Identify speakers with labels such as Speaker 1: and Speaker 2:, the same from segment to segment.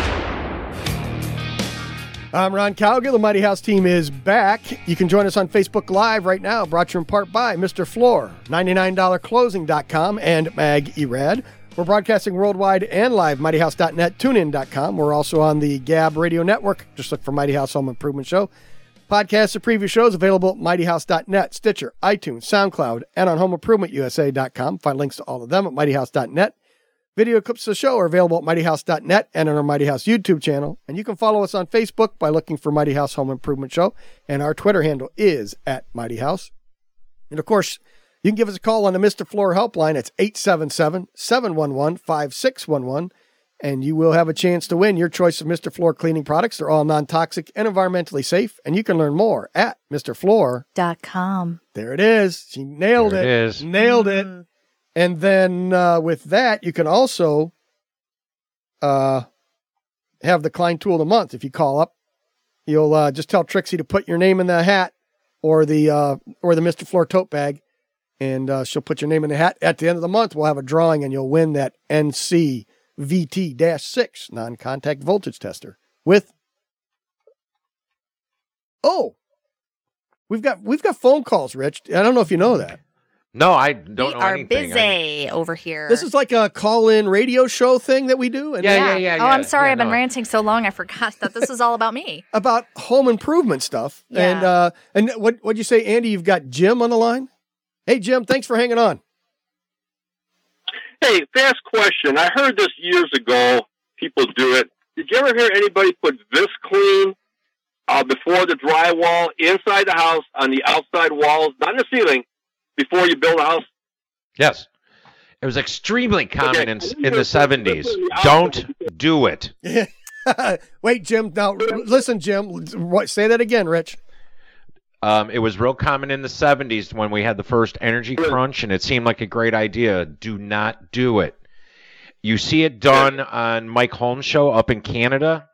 Speaker 1: I'm Ron Cowgill. The Mighty House team is back. You can join us on Facebook Live right now, brought to you in part by Mr. Floor, $99closing.com, and Mag Erad. We're broadcasting worldwide and live, mightyhouse.net, tunein.com. We're also on the Gab Radio Network. Just look for Mighty House Home Improvement Show. Podcasts of previous shows available at mightyhouse.net, Stitcher, iTunes, SoundCloud, and on homeimprovementusa.com. Find links to all of them at mightyhouse.net. Video clips of the show are available at mightyhouse.net and on our Mighty House YouTube channel. And you can follow us on Facebook by looking for Mighty House Home Improvement Show. And our Twitter handle is at Mighty House. And of course, you can give us a call on the Mr. Floor helpline. It's 877 711 5611. And you will have a chance to win your choice of Mr. Floor cleaning products. They're all non toxic and environmentally safe. And you can learn more at Mr. Floor.
Speaker 2: dot com.
Speaker 1: There it is. She nailed
Speaker 3: There
Speaker 1: it.
Speaker 3: it is.
Speaker 1: Nailed it. And then uh, with that, you can also uh, have the Klein Tool of the Month. If you call up, you'll uh, just tell Trixie to put your name in the hat or the uh, or the Mister Floor tote bag, and uh, she'll put your name in the hat. At the end of the month, we'll have a drawing, and you'll win that NC VT six non contact voltage tester with. Oh, we've got we've got phone calls, Rich. I don't know if you know that.
Speaker 3: No, I don't
Speaker 2: we
Speaker 3: know
Speaker 2: are
Speaker 3: anything. I-
Speaker 2: busy over here.
Speaker 1: This is like a call-in radio show thing that we do, and
Speaker 3: Yeah, yeah, yeah.
Speaker 2: Oh, I'm
Speaker 3: yeah,
Speaker 2: sorry.
Speaker 3: yeah,
Speaker 2: I've been
Speaker 3: no.
Speaker 2: ranting so long. I forgot that this is all about me.
Speaker 1: about home improvement stuff.
Speaker 2: Yeah.
Speaker 1: And uh, and what what'd you say, Andy? You've got Jim on the line. Hey, Jim, thanks for hanging on.
Speaker 4: Hey, fast question. I heard this years ago. People do it. Did you ever hear anybody put this clean uh, before the drywall inside the house on the outside walls, not in the ceiling, before you build a house?
Speaker 3: Yes. It was extremely common
Speaker 4: Okay.
Speaker 3: in, in the 70s. Don't do it.
Speaker 1: Wait, Jim. Now l- listen, Jim. What, say that again, Rich.
Speaker 3: Um, it was real common in the 70s when we had the first energy crunch, and it seemed like a great idea. Do not do it. You see it done on Mike Holmes' show up in Canada,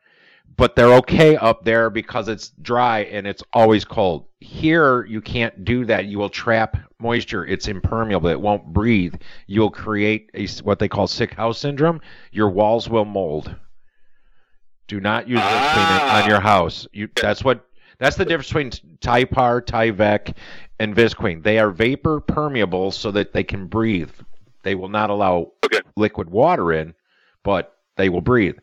Speaker 3: but they're okay up there because it's dry and it's always cold. Here, you can't do that. You will trap moisture. It's impermeable. It won't breathe. You'll create a, s- what they call sick house syndrome. Your walls will mold. Do not use this
Speaker 4: Ah.
Speaker 3: cleaner on your house. You, that's what. That's the difference between Typar, Tyvek, and Visqueen. They are vapor permeable so that they can breathe. They will not allow
Speaker 4: Okay.
Speaker 3: liquid water in, but they will breathe.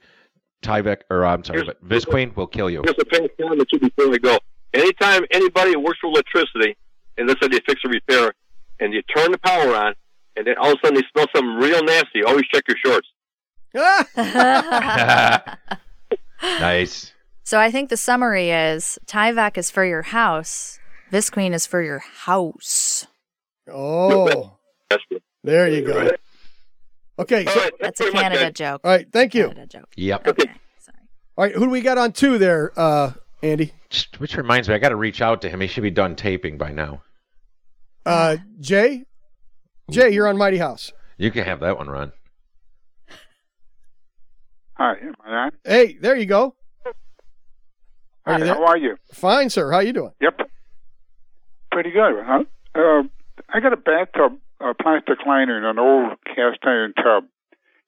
Speaker 3: Tyvek, or I'm sorry, but Visqueen will kill you.
Speaker 4: Just a fast comment too before I go. Anytime anybody works with electricity, and let's say they fix a repair, and you turn the power on, and then all of a sudden they smell something real nasty, always check your shorts.
Speaker 1: Ah!
Speaker 3: nice.
Speaker 2: So I think the summary is Tyvek is for your house. Visqueen is for your house.
Speaker 1: Oh,
Speaker 4: That's it.
Speaker 1: there you go. Okay. So,
Speaker 4: All right,
Speaker 2: That's
Speaker 4: thanks
Speaker 2: a
Speaker 4: very much,
Speaker 2: Canada
Speaker 4: guys.
Speaker 2: joke.
Speaker 1: all right. Thank you.
Speaker 2: Canada joke.
Speaker 3: Yep.
Speaker 2: Okay. Sorry.
Speaker 1: All right. Who do we got on two there, uh, Andy?
Speaker 3: Just- Which reminds me, I got to reach out to him. He should be done taping by now.
Speaker 1: Uh, Jay. Jay, you're on Mighty House.
Speaker 3: You can have that one, Ron.
Speaker 5: Hi, am I on?
Speaker 1: Hey, there you go. Are
Speaker 5: Hi,
Speaker 1: you there?
Speaker 5: how are you?
Speaker 1: Fine, sir. How you doing?
Speaker 5: Yep. Pretty good. Huh? Uh, I got a bathtub, a plastic liner in an old cast iron tub,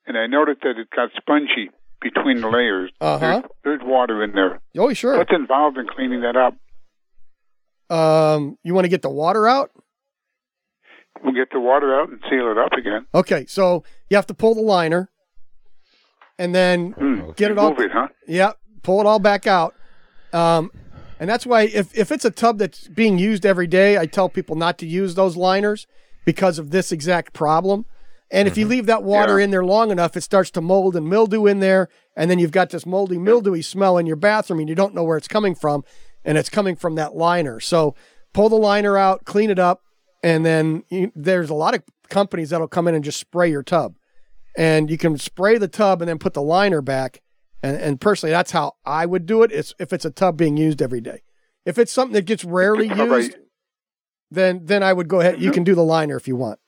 Speaker 5: and I noticed that it got spongy between the layers.
Speaker 1: Uh-huh.
Speaker 5: There's, there's water in there.
Speaker 1: Oh, sure.
Speaker 5: What's involved in cleaning that up?
Speaker 1: Um, you want to get the water out?
Speaker 5: We'll get the water out and seal it up again.
Speaker 1: Okay, so you have to pull the liner, and then
Speaker 5: Hmm.
Speaker 1: Get it all-
Speaker 5: Move it, huh?
Speaker 1: yeah, pull it all back out. Um, and that's why if if it's a tub that's being used every day, I tell people not to use those liners because of this exact problem. And if you leave that water
Speaker 5: Yeah.
Speaker 1: in there long enough, it starts to mold and mildew in there, and then you've got this moldy, mildewy smell in your bathroom, and you don't know where it's coming from, and it's coming from that liner. So pull the liner out, clean it up, and then you, there's a lot of companies that'll come in and just spray your tub and you can spray the tub and then put the liner back. And, and personally, that's how I would do it. It's if it's a tub being used every day. If it's something that gets rarely
Speaker 5: All right.
Speaker 1: used, then then I would go ahead. You can do the liner if you want.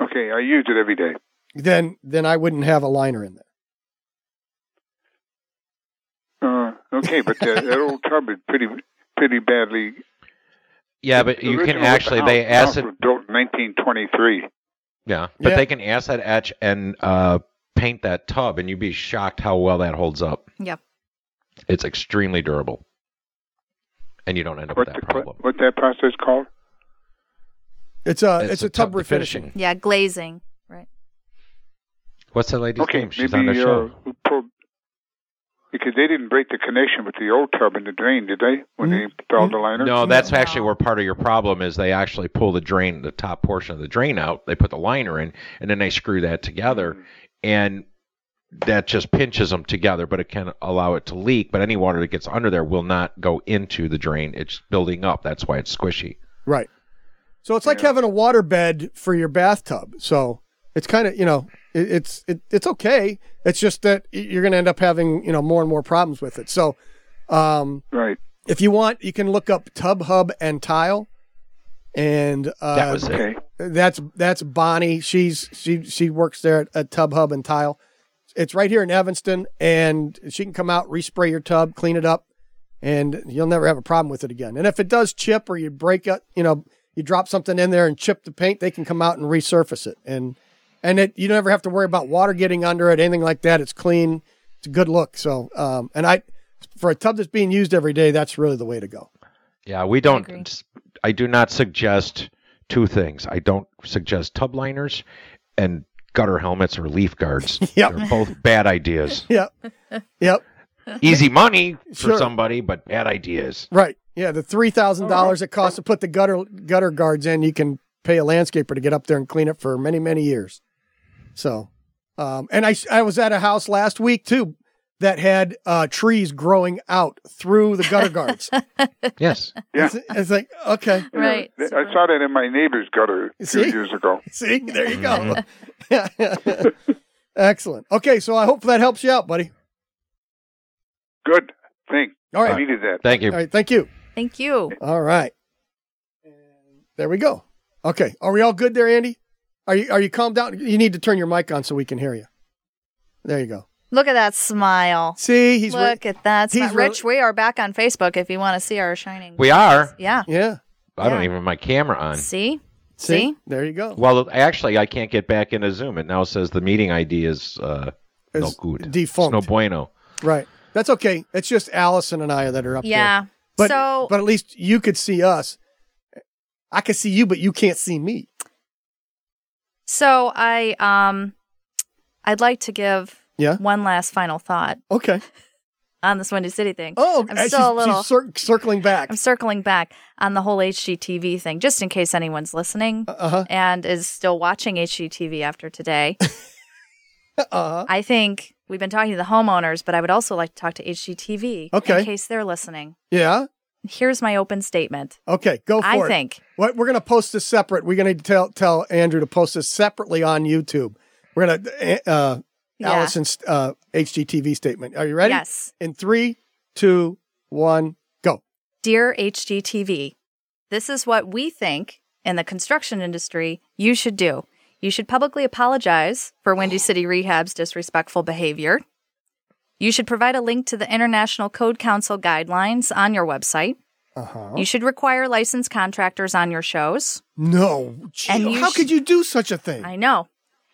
Speaker 5: Okay, I use it every day.
Speaker 1: Then then I wouldn't have a liner in there.
Speaker 5: Uh, okay, but that, that old tub is pretty pretty badly.
Speaker 3: Yeah, but
Speaker 5: the
Speaker 3: you can
Speaker 5: original
Speaker 3: actually
Speaker 5: house-
Speaker 3: they
Speaker 5: house
Speaker 3: acid
Speaker 5: was built in 1923.
Speaker 3: yeah, but
Speaker 1: Yeah.
Speaker 3: they can acid etch and uh, paint that tub, and you'd be shocked how well that holds up.
Speaker 2: Yep.
Speaker 3: It's extremely durable, and you don't end up
Speaker 5: What
Speaker 3: with that
Speaker 5: the,
Speaker 3: problem.
Speaker 5: what that process called?
Speaker 1: It's a it's, a, tub, refinishing.
Speaker 2: Yeah, glazing.
Speaker 3: What's the lady's
Speaker 5: okay,
Speaker 3: name? She's on the
Speaker 5: maybe uh,
Speaker 3: show.
Speaker 5: we pulled, because they didn't break the connection with the old tub and the drain, did they? When they
Speaker 6: Mm-hmm.
Speaker 5: installed the liner.
Speaker 3: No, that's actually
Speaker 2: No.
Speaker 3: where part of your problem is. They actually pull the drain, the top portion of the drain out. They put the liner in, and then they screw that together, and that just pinches them together. But it can allow it to leak. But any water that gets under there will not go into the drain. It's building up. That's why it's squishy.
Speaker 1: Right. So it's like having a water bed for your bathtub. So it's kind of you know it, it's it, it's okay. It's just that y- you're going to end up having you know more and more problems with it. So um,
Speaker 5: Right.
Speaker 1: if you want, you can look up Tub Hub and Tile, and uh,
Speaker 3: That was it.
Speaker 5: Okay.
Speaker 1: that's that's Bonnie. She's she she works there at, at Tub Hub and Tile. It's right here in Evanston, and she can come out, respray your tub, clean it up, and you'll never have a problem with it again. And if it does chip or you break it, you know, you drop something in there and chip the paint, they can come out and resurface it. And and it you don't ever have to worry about water getting under it, anything like that. It's clean. It's a good look. So um, and I for a tub that's being used every day, that's really the way to go.
Speaker 3: Yeah, we
Speaker 2: agree.
Speaker 3: don't. I, do not suggest two things. I don't suggest tub liners and gutter helmets or leaf guards.
Speaker 1: Yep.
Speaker 3: They're both bad ideas.
Speaker 1: Yep. yep.
Speaker 3: Easy money for
Speaker 1: Sure.
Speaker 3: somebody, but bad ideas.
Speaker 1: Right. Yeah, the three thousand dollars it costs to put the gutter gutter guards in, you can pay a landscaper to get up there and clean it for many many years. So, um, and I I was at a house last week too that had uh, trees growing out through the gutter guards.
Speaker 3: Yes.
Speaker 5: Yeah.
Speaker 1: it's, it's like okay,
Speaker 5: Yeah,
Speaker 2: Right.
Speaker 5: th- I saw that in my neighbor's gutter a few
Speaker 1: See?
Speaker 5: years ago.
Speaker 1: see there you go. Excellent. Okay, so I hope that helps you out, buddy.
Speaker 5: Good thing.
Speaker 1: All right.
Speaker 5: I needed that.
Speaker 3: Thank
Speaker 1: All
Speaker 3: you.
Speaker 1: right, thank you.
Speaker 2: Thank you.
Speaker 1: All right. There we go. Okay. Are we all good there, Andy? Are you are you calmed down? You need to turn your mic on so we can hear you. There you go.
Speaker 2: Look at that smile.
Speaker 1: See, he's re-
Speaker 2: Look at that smile.
Speaker 1: he's re-
Speaker 2: Rich, we are back on Facebook if you want to see our shining.
Speaker 3: We are.
Speaker 2: yeah.
Speaker 1: yeah.
Speaker 3: I don't
Speaker 2: Yeah.
Speaker 3: even have my camera on.
Speaker 2: See?
Speaker 1: See?
Speaker 2: See?
Speaker 1: There you go.
Speaker 3: Well, actually, I can't get back into Zoom. It now says the meeting ID is uh, no
Speaker 1: It's
Speaker 3: good. It's
Speaker 1: defunct.
Speaker 3: no bueno.
Speaker 1: Right. That's okay. It's just Allison and I that are up there.
Speaker 2: Yeah.
Speaker 1: But
Speaker 2: so
Speaker 1: but at least you could see us. I could see you, but you can't see me.
Speaker 2: so I um I'd like to give
Speaker 1: Yeah.
Speaker 2: one last final thought
Speaker 1: Okay.
Speaker 2: on this Windy City thing.
Speaker 1: Oh,
Speaker 2: I'm
Speaker 1: uh,
Speaker 2: still
Speaker 1: she's,
Speaker 2: a little
Speaker 1: she's cir- circling back.
Speaker 2: I'm circling back on the whole HGTV thing, just in case anyone's listening
Speaker 1: Uh huh.
Speaker 2: and is still watching HGTV after today.
Speaker 1: Uh huh.
Speaker 2: I think we've been talking to the homeowners, but I would also like to talk to HGTV
Speaker 1: Okay.
Speaker 2: in case they're listening.
Speaker 1: Yeah.
Speaker 2: Here's my open statement.
Speaker 1: Okay. Go for
Speaker 2: I
Speaker 1: it.
Speaker 2: think
Speaker 1: What we're going to post this separate. We're going to tell tell Andrew to post this separately on YouTube. We're going to uh, uh,
Speaker 2: Yeah.
Speaker 1: Allison's uh, HGTV statement. Are you ready?
Speaker 2: Yes.
Speaker 1: In three, two, one, go.
Speaker 2: Dear HGTV, this is what we think in the construction industry you should do. You should publicly apologize for Windy City Rehab's disrespectful behavior. You should provide a link to the International Code Council guidelines on your website.
Speaker 1: Uh huh.
Speaker 2: You should require licensed contractors on your shows.
Speaker 1: No. Gee,
Speaker 2: And you
Speaker 1: how
Speaker 2: sh-
Speaker 1: could you do such a thing?
Speaker 2: I know.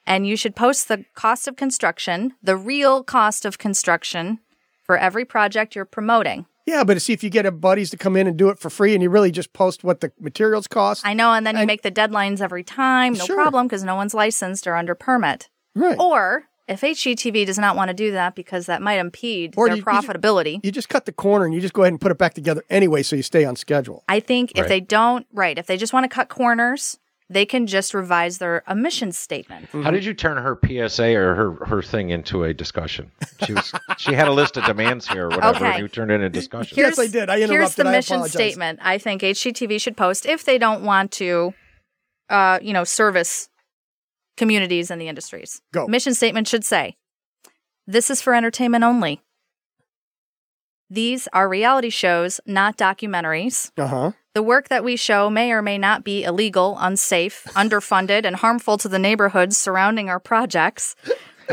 Speaker 2: And you should post the cost of construction, the real cost of construction for every project you're promoting.
Speaker 1: yeah, but see if you get a buddies to come in and do it for free, and you really just post what the materials cost.
Speaker 2: I know. And then you
Speaker 1: And-
Speaker 2: make the deadlines every time. No
Speaker 1: Sure.
Speaker 2: problem because no one's licensed or under permit.
Speaker 1: right.
Speaker 2: Or if HGTV does not want to do that because that might impede
Speaker 1: Or
Speaker 2: their
Speaker 1: you- you ju-
Speaker 2: profitability.
Speaker 1: you just cut the corner and you just go ahead and put it back together anyway, so you stay on schedule.
Speaker 2: I think if
Speaker 3: Right.
Speaker 2: they don't, right, if they just want to cut corners, they can just revise their emissions statement.
Speaker 1: Mm-hmm.
Speaker 3: How did you turn her PSA or her, her thing into a discussion? She was she had a list of demands here or whatever,
Speaker 2: Okay.
Speaker 3: and you turned it into discussion.
Speaker 1: Yes, I did. I
Speaker 2: Here's the
Speaker 1: interrupted. I
Speaker 2: mission
Speaker 1: apologize.
Speaker 2: statement I think HGTV should post if they don't want to, uh, you know, service communities and the industries.
Speaker 1: Go.
Speaker 2: Mission statement should say, "This is for entertainment only." These are reality shows, not documentaries.
Speaker 1: Uh huh.
Speaker 2: The work that we show may or may not be illegal, unsafe, underfunded, and harmful to the neighborhoods surrounding our projects.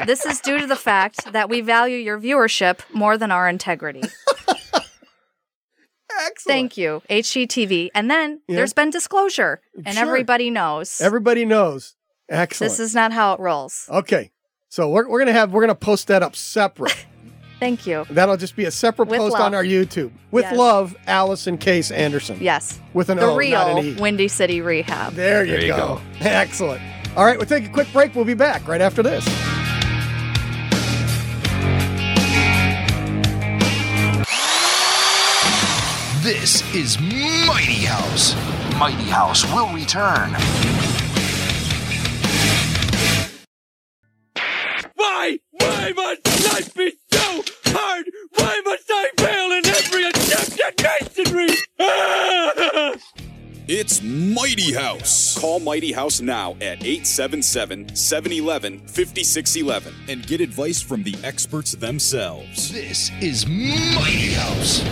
Speaker 2: This is due to the fact that we value your viewership more than our integrity.
Speaker 1: Excellent.
Speaker 2: Thank you, HGTV. And then
Speaker 1: Yeah.
Speaker 2: there's been disclosure, and
Speaker 1: Sure.
Speaker 2: everybody knows
Speaker 1: Everybody knows. Excellent.
Speaker 2: this is not how it rolls.
Speaker 1: okay. So we're, we're gonna have we're gonna post that up separate.
Speaker 2: Thank you.
Speaker 1: That'll just be a separate
Speaker 2: With
Speaker 1: post on
Speaker 2: love.
Speaker 1: our YouTube. With
Speaker 2: Yes.
Speaker 1: love, Allison Case Anderson.
Speaker 2: Yes,
Speaker 1: With an
Speaker 2: the
Speaker 1: O, not
Speaker 2: real
Speaker 1: an E.
Speaker 2: Windy City Rehab.
Speaker 1: There you,
Speaker 3: There you
Speaker 1: go.
Speaker 3: go.
Speaker 1: Excellent. All right, we'll take a quick break. We'll be back right after this.
Speaker 7: This is Mighty House. Mighty House will return.
Speaker 8: Why? Why must life be so hard? Why must I fail in every attempt at masonry? Ah!
Speaker 9: It's Mighty House. Call Mighty House now at 877 711 5611 and get advice from the experts themselves.
Speaker 7: This is Mighty House.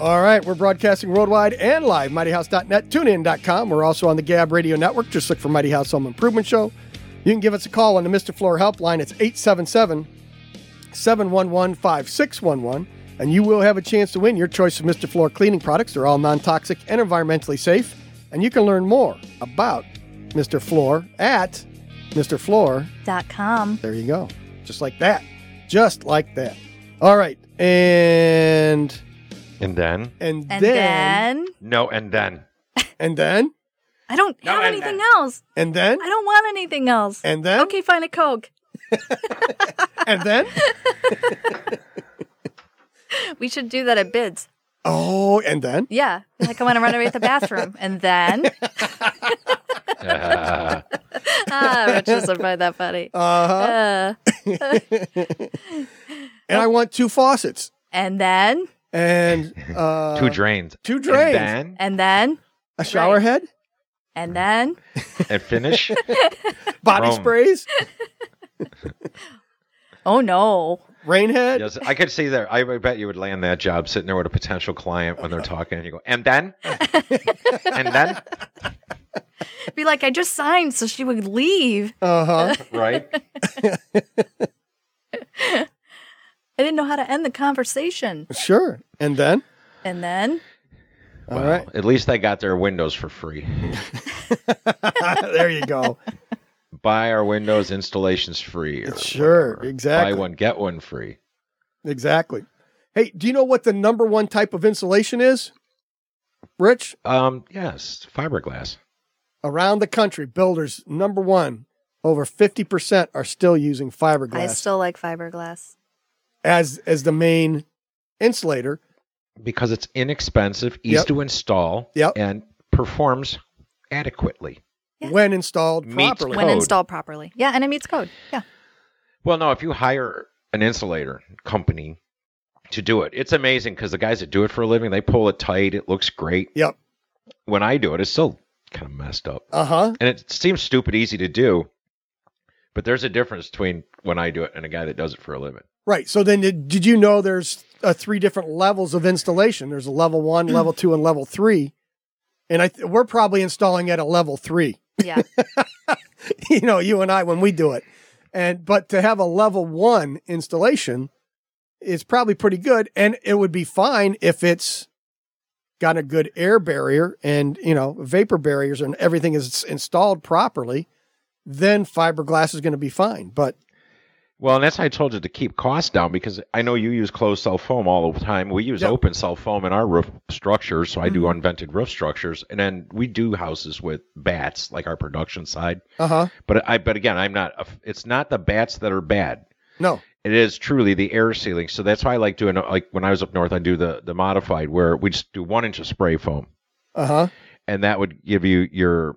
Speaker 1: All right, we're broadcasting worldwide and live, mightyhouse.net, tunein.com. We're also on the Gab Radio Network. Just look for Mighty House Home Improvement Show. You can give us a call on the Mr. Floor Helpline. It's 877 711 5611, and you will have a chance to win your choice of Mr. Floor cleaning products. They're all non toxic and environmentally safe. And you can learn more about Mr. Floor at Mr. Floor.
Speaker 2: Dot com.
Speaker 1: There you go. Just like that. Just like that. All right. And.
Speaker 3: And then?
Speaker 1: And,
Speaker 2: And then,
Speaker 3: No, and then.
Speaker 1: And then,
Speaker 2: I don't
Speaker 8: No,
Speaker 2: have
Speaker 8: and
Speaker 2: anything
Speaker 8: then.
Speaker 2: else.
Speaker 1: and then,
Speaker 2: I don't want anything else.
Speaker 1: and then,
Speaker 2: okay, fine, a Coke.
Speaker 1: and then.
Speaker 2: We should do that at bids.
Speaker 1: Oh, and then.
Speaker 2: Yeah. Like I want to renovate the bathroom. And then
Speaker 3: Uh,
Speaker 2: ah, Rich doesn't find that funny.
Speaker 1: Uh-huh.
Speaker 2: Uh,
Speaker 1: And I want two faucets
Speaker 2: and then
Speaker 1: and uh,
Speaker 3: two drains.
Speaker 1: two drains.
Speaker 3: And
Speaker 2: and then
Speaker 1: a shower
Speaker 2: Right.
Speaker 1: head,
Speaker 2: and then
Speaker 3: then. And finish.
Speaker 1: body
Speaker 3: Rome.
Speaker 1: sprays,
Speaker 2: oh no.
Speaker 1: rain head.
Speaker 3: Yes, I could see that. I I bet you would land that job sitting there with a potential client when they're talking, and you go, and then, and then,
Speaker 2: Be like, I just signed so she would leave.
Speaker 1: Uh huh.
Speaker 3: right?
Speaker 2: I didn't know how to end the conversation.
Speaker 1: sure. And then.
Speaker 2: And then
Speaker 1: All
Speaker 3: Wow.
Speaker 1: right.
Speaker 3: At least I got their windows for free.
Speaker 1: there you go.
Speaker 3: Buy our windows installations free. or
Speaker 1: Sure,
Speaker 3: whatever.
Speaker 1: exactly.
Speaker 3: Buy one, get one free.
Speaker 1: Exactly. Hey, do you know what the number one type of insulation is? Rich,
Speaker 3: Um, yes, fiberglass.
Speaker 1: around the country, builders number one, over fifty percent are still using fiberglass.
Speaker 2: I still like fiberglass.
Speaker 1: as as the main insulator.
Speaker 3: because it's inexpensive, easy
Speaker 1: Yep.
Speaker 3: to install,
Speaker 1: Yep.
Speaker 3: and performs adequately.
Speaker 2: Yeah.
Speaker 1: when installed
Speaker 3: Meets
Speaker 1: properly. Oh,
Speaker 2: When
Speaker 3: Code.
Speaker 2: installed properly. Yeah, and it meets code. Yeah.
Speaker 3: Well, no, if you hire an insulator company to do it, it's amazing because the guys that do it for a living, they pull it tight, it looks great.
Speaker 1: Yep.
Speaker 3: When I do it, it's still kind of messed up.
Speaker 1: Uh huh.
Speaker 3: And it seems stupid easy to do, but there's a difference between when I do it and a guy that does it for a living.
Speaker 1: Right. So then, did, did you know there's uh, three different levels of installation? There's a level one, level two, and level three. And I th- we're probably installing at a level three.
Speaker 2: Yeah.
Speaker 1: you know, you and I when we do it. And but to have a level one installation is probably pretty good, and it would be fine if it's got a good air barrier and you know vapor barriers and everything is installed properly. Then fiberglass is going to be fine. But
Speaker 3: Well, and that's why I told you to keep costs down because I know you use closed cell foam all the time. We use
Speaker 1: Yep.
Speaker 3: open cell foam in our roof structures. So I do unvented roof structures, and then we do houses with bats, like our production side.
Speaker 1: uh huh.
Speaker 3: But I, but again, I'm not. a f- It's not the bats that are bad.
Speaker 1: No.
Speaker 3: It is truly the air sealing. So that's why I like doing. Like when I was up north, I do the the modified where we just do one inch of spray foam,
Speaker 1: Uh huh.
Speaker 3: and that would give you your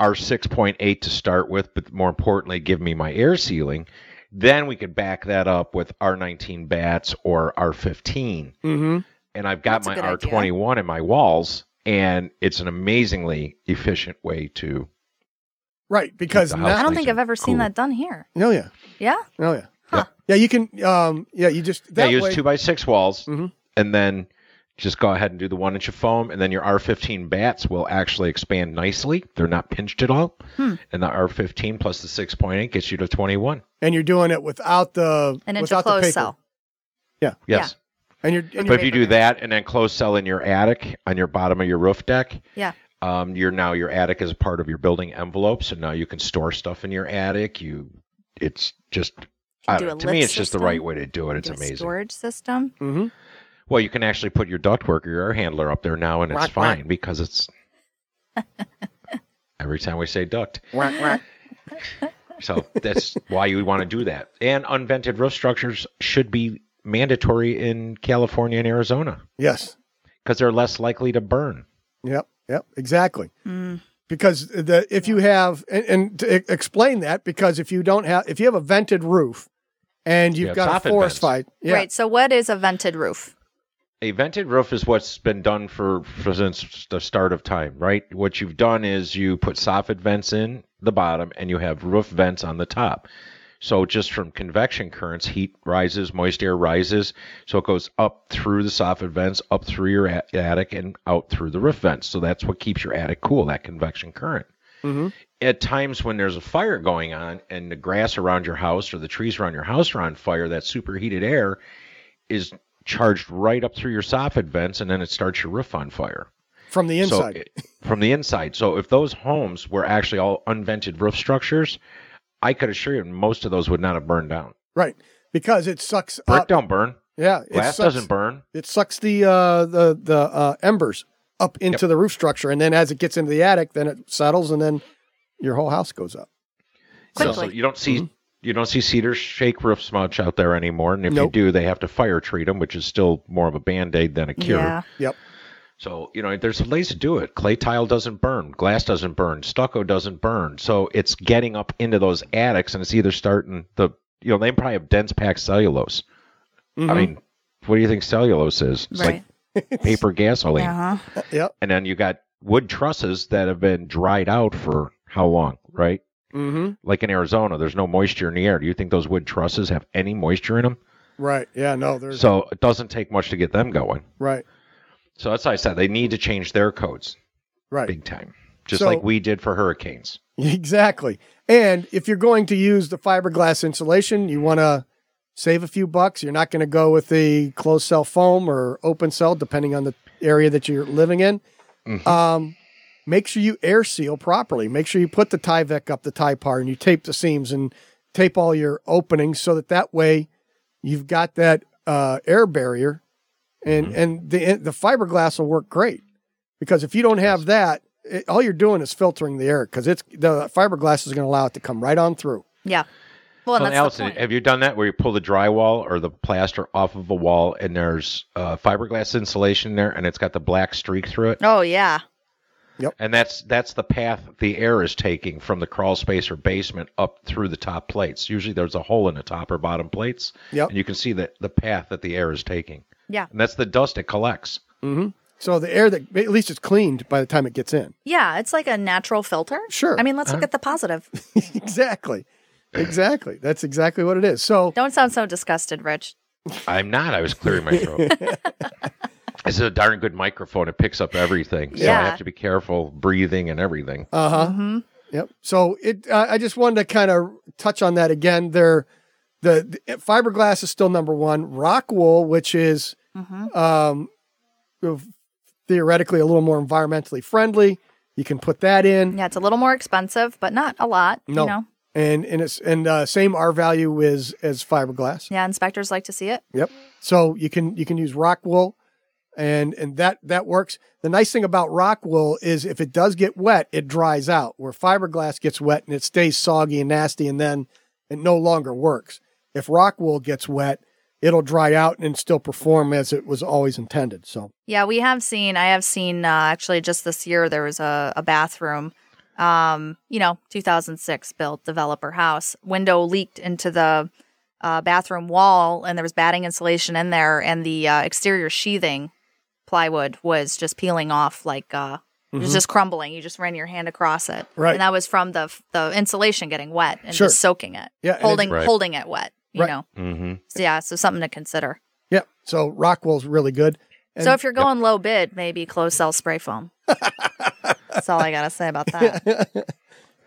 Speaker 3: our 6.8 to start with, but more importantly, give me my air sealing. Then we could back that up with R19 bats or R15,
Speaker 1: Mm-hmm.
Speaker 3: and I've got
Speaker 2: That's a
Speaker 3: my
Speaker 2: good idea.
Speaker 3: R21 in my walls, and it's an amazingly efficient way to.
Speaker 1: Right, because
Speaker 3: the
Speaker 1: now,
Speaker 3: house.
Speaker 2: I don't think
Speaker 3: Nice.
Speaker 2: I've ever seen
Speaker 3: Cool.
Speaker 2: that done here.
Speaker 1: no, yeah,
Speaker 2: Yeah?
Speaker 1: no, yeah,
Speaker 2: Huh.
Speaker 1: Yeah, you can. Um, yeah, you just that
Speaker 3: yeah, use
Speaker 1: way.
Speaker 3: two by six walls,
Speaker 2: Mm-hmm.
Speaker 1: Mhm.
Speaker 3: and then just go ahead and do the one inch of foam, and then your R15 bats will actually expand nicely. They're not pinched at all,
Speaker 2: Hmm.
Speaker 3: and the R15 plus the 6.8 gets you to 21.
Speaker 1: and you're doing it without the
Speaker 2: an inch
Speaker 1: without
Speaker 2: of
Speaker 1: the
Speaker 2: closed
Speaker 1: paper.
Speaker 2: cell.
Speaker 3: Yes,
Speaker 1: And you're, and
Speaker 3: but
Speaker 1: you're
Speaker 3: if you do that and then close cell in your attic on your bottom of your roof deck,
Speaker 2: Yeah.
Speaker 3: um, you're now your attic is a part of your building envelope, so now you can store stuff in your attic. You, it's just. I
Speaker 2: do
Speaker 3: don't know.
Speaker 2: a
Speaker 3: To me,
Speaker 2: lift
Speaker 3: it's just the
Speaker 2: system.
Speaker 3: right way to do it. It's
Speaker 2: Do a
Speaker 3: amazing.
Speaker 2: storage system.
Speaker 1: Mhm.
Speaker 3: Well, you can actually put your ductwork or your air handler up there now, and it's
Speaker 1: Whack, whack.
Speaker 3: fine because it's. Every time we say duct,
Speaker 1: Whack, whack.
Speaker 3: so that's why you want to do that. And unvented roof structures should be mandatory in California and Arizona
Speaker 1: Yes.
Speaker 3: because they're less likely to burn.
Speaker 1: Yep. Yep. Exactly.
Speaker 2: Mm.
Speaker 1: Because the if you have and, and to e- explain that because if you don't have if you have a vented roof and
Speaker 3: You
Speaker 1: you've
Speaker 3: have
Speaker 1: got a
Speaker 3: soffit
Speaker 1: forest
Speaker 3: vents.
Speaker 1: fight, yeah,
Speaker 2: Right. So what is a vented roof?
Speaker 3: a vented roof is what's been done for, for since the start of time, right? What you've done is you put soffit vents in the bottom and you have roof vents on the top. So just from convection currents, heat rises, moist air rises, so it goes up through the soffit vents, up through your a- attic, and out through the roof vents. So that's what keeps your attic cool, that convection current. At times when there's a fire going on and the grass around your house or the trees around your house are on fire, that superheated air is charged right up through your soffit vents and then it starts your roof on fire.
Speaker 1: from the
Speaker 3: So
Speaker 1: inside.
Speaker 3: it- from the inside. So if those homes were actually all unvented roof structures, I could assure you most of those would not have burned down.
Speaker 1: right. Because it sucks
Speaker 3: Brick
Speaker 1: up.
Speaker 3: don't burn.
Speaker 1: Yeah. Uh, it
Speaker 3: Glass
Speaker 1: sucks-
Speaker 3: doesn't burn.
Speaker 1: It sucks the uh, the the uh, embers up into the roof structure, and then as it gets into the attic, then it settles, and then your whole house goes up.
Speaker 3: So,
Speaker 2: Quickly.
Speaker 3: you don't see
Speaker 1: Mm-hmm.
Speaker 3: you don't see cedar shake roofs much out there anymore. And if
Speaker 1: Nope.
Speaker 3: you do, they have to fire treat them, which is still more of a band aid than a cure.
Speaker 2: Yeah.
Speaker 1: Yep.
Speaker 3: So, you know, there's ways to do it. Clay tile doesn't burn, glass doesn't burn, stucco doesn't burn. So it's getting up into those attics and it's either starting the, you know, they probably have dense packed cellulose. I mean, what do you think cellulose is? It's
Speaker 2: Right.
Speaker 3: like paper gasoline.
Speaker 2: Uh huh.
Speaker 1: Yep.
Speaker 3: And then you got wood trusses that have been dried out for how long, right?
Speaker 1: Mm-hmm.
Speaker 3: Like in Arizona, there's no moisture in the air. Do you think those wood trusses have any moisture in them?
Speaker 1: Right. Yeah. No. There's
Speaker 3: So it doesn't take much to get them going.
Speaker 1: right.
Speaker 3: So that's why I said they need to change their codes
Speaker 1: Right.
Speaker 3: big time, just
Speaker 1: So-
Speaker 3: like we did for hurricanes.
Speaker 1: Exactly. And if you're going to use the fiberglass insulation, you want to save a few bucks. You're not going to go with the closed cell foam or open cell, depending on the area that you're living in. Um, make sure you air seal properly. Make sure you put the Tyvek up the tie par and you tape the seams and tape all your openings so that that way you've got that uh, air barrier and and the the fiberglass will work great because if you don't have that it, all you're doing is filtering the air because it's the fiberglass is going to allow it to come right on through
Speaker 2: Yeah. Well, and
Speaker 3: Well,
Speaker 2: that's
Speaker 3: Allison,
Speaker 2: the point.
Speaker 3: have you done that where you pull the drywall or the plaster off of a wall and there's uh, fiberglass insulation there and it's got the black streak through it?
Speaker 2: Oh yeah.
Speaker 3: And that's that's the path the air is taking from the crawl space or basement up through the top plates. Usually there's a hole in the top or bottom plates,
Speaker 1: Yep.
Speaker 3: and you can see that the path that the air is taking.
Speaker 2: Yeah.
Speaker 3: And that's the dust it collects.
Speaker 1: so the air that at least it's cleaned by the time it gets in
Speaker 2: Yeah. It's like a natural filter.
Speaker 1: Sure. Uh-huh.
Speaker 2: I mean, let's look at the positive.
Speaker 1: exactly exactly that's exactly what it is so
Speaker 2: Don't sound so disgusted, Rich.
Speaker 3: I'm not. I was clearing my throat. this is a darn good microphone. It picks up everything, so
Speaker 2: Yeah.
Speaker 3: I have to be careful breathing and everything.
Speaker 1: uh-huh yep so it uh, i just wanted to kind of touch on that again there the, the fiberglass is still number one rock wool which is um you know, theoretically a little more environmentally friendly you can put that in
Speaker 2: Yeah, it's a little more expensive, but not a lot.
Speaker 1: No.
Speaker 2: You know?
Speaker 1: and and it's and uh, same R value is as fiberglass.
Speaker 2: Yeah, inspectors like to see it.
Speaker 1: Yep. So you can you can use rock wool, and and that that works. The nice thing about rock wool is if it does get wet, it dries out. Where fiberglass gets wet and it stays soggy and nasty, and then it no longer works. If rock wool gets wet, it'll dry out and still perform as it was always intended. So
Speaker 2: Yeah, we have seen. I have seen uh, actually just this year there was a, a bathroom, um, you know, 2006 built developer house. Window leaked into the uh, bathroom wall, and there was batting insulation in there, and the uh, exterior sheathing plywood was just peeling off like uh, it was just crumbling. You just ran your hand across it,
Speaker 1: Mm-hmm. Right.
Speaker 2: And that was from the the insulation getting wet and
Speaker 1: Sure.
Speaker 2: just soaking it,
Speaker 1: Yeah, and it-
Speaker 2: holding
Speaker 3: Right.
Speaker 2: holding it wet. you
Speaker 1: Right.
Speaker 2: know.
Speaker 10: Mm-hmm.
Speaker 2: So, yeah, so something to consider.
Speaker 1: Yep. So Rockwell's really good. And-
Speaker 2: so if you're going low bid, maybe closed cell spray foam. That's all I gotta say about that.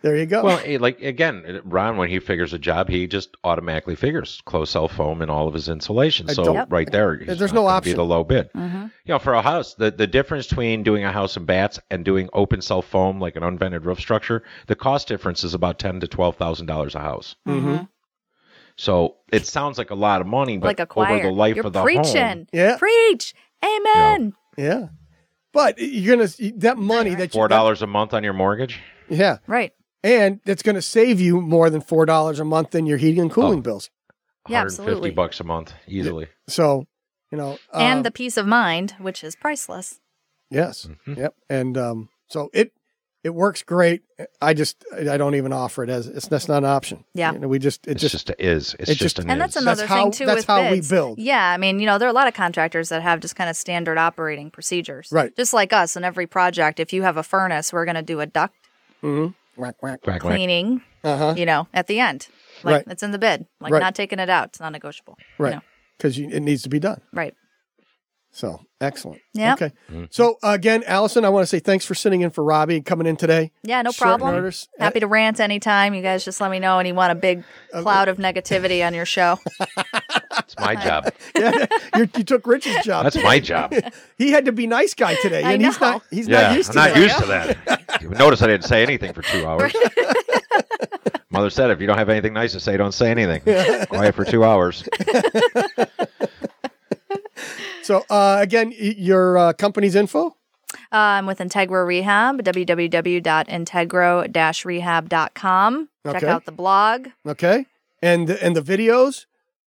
Speaker 1: there you go.
Speaker 3: Well, eh, like again, Ron, when he figures a job, he just automatically figures closed cell foam in all of his insulation.
Speaker 1: I
Speaker 3: So
Speaker 1: don't-
Speaker 3: right there, he's
Speaker 1: There's no
Speaker 3: not gonna
Speaker 1: option.
Speaker 3: Be the low bid.
Speaker 2: Mhm.
Speaker 3: You know, for a house, the the difference between doing a house in bats and doing open cell foam like an unvented roof structure, the cost difference is about ten to twelve thousand dollars a house.
Speaker 1: Mm-hmm.
Speaker 2: Mhm.
Speaker 3: So it sounds like a lot of money, but
Speaker 2: Like a choir.
Speaker 3: over the life
Speaker 2: you're
Speaker 3: of the
Speaker 2: preaching.
Speaker 3: home,
Speaker 1: Yeah.
Speaker 2: Preach. Amen.
Speaker 1: yeah. But you're gonna that money that you
Speaker 3: four dollars a month on your mortgage.
Speaker 1: that- Yeah,
Speaker 2: Right.
Speaker 1: and it's gonna save you more than four dollars a month in your heating and cooling
Speaker 3: Oh.
Speaker 1: bills.
Speaker 2: Yeah,
Speaker 3: 150
Speaker 2: absolutely.
Speaker 3: bucks a month easily.
Speaker 1: So you know, um,
Speaker 2: and the peace of mind, which is priceless.
Speaker 1: yes,
Speaker 3: Mm-hmm.
Speaker 1: yep, and um, so it it works great. I just I don't even offer it as it's that's not an option.
Speaker 2: Yeah.
Speaker 1: You know, we just it
Speaker 3: It's
Speaker 1: just,
Speaker 3: just a is. It's
Speaker 1: it
Speaker 3: just
Speaker 1: just-
Speaker 3: an
Speaker 2: And that's
Speaker 3: is.
Speaker 2: another
Speaker 1: That's
Speaker 2: thing
Speaker 1: how-
Speaker 2: too
Speaker 1: that's
Speaker 2: with
Speaker 1: how we
Speaker 2: bids.
Speaker 1: build.
Speaker 2: Yeah, I mean, you know, there are a lot of contractors that have just kind of standard operating procedures.
Speaker 1: Right.
Speaker 2: Just like us in every project, if you have a furnace, we're going to do a duct
Speaker 1: whack whack.
Speaker 3: Quack, quack.
Speaker 2: cleaning,
Speaker 1: Uh huh.
Speaker 2: you know, at the end. Like
Speaker 1: Right.
Speaker 2: it's in the bid. Like
Speaker 1: Right.
Speaker 2: not taking it out. It's not negotiable. you
Speaker 1: Right.
Speaker 2: know.
Speaker 1: Because it needs to be done.
Speaker 2: Right.
Speaker 1: So excellent.
Speaker 2: Yep.
Speaker 1: Okay.
Speaker 3: Mm-hmm.
Speaker 1: So again, Allison, I want to say thanks for sitting in for Robbie and coming in today.
Speaker 2: Yeah, no
Speaker 1: Short
Speaker 2: problem.
Speaker 1: notice.
Speaker 2: Happy to rant anytime. You guys just let me know and you want a big
Speaker 1: Uh,
Speaker 2: cloud of negativity on your show.
Speaker 3: It's my job.
Speaker 1: Yeah, you you took Rich's job.
Speaker 3: That's my job.
Speaker 1: he had to be nice guy today,
Speaker 2: I
Speaker 1: and he's
Speaker 2: know.
Speaker 1: not. He's
Speaker 3: yeah,
Speaker 1: not used to
Speaker 3: I'm
Speaker 1: that.
Speaker 3: not used to that. You Notice I didn't say anything for two hours. Mother said, if you don't have anything nice to say, don't say anything. Quiet for two hours.
Speaker 1: So uh, again, y- your uh, company's info.
Speaker 2: Um, with Integra Rehab, www.integro-rehab.com. Check
Speaker 1: Okay.
Speaker 2: out the blog.
Speaker 1: Okay, and and the videos.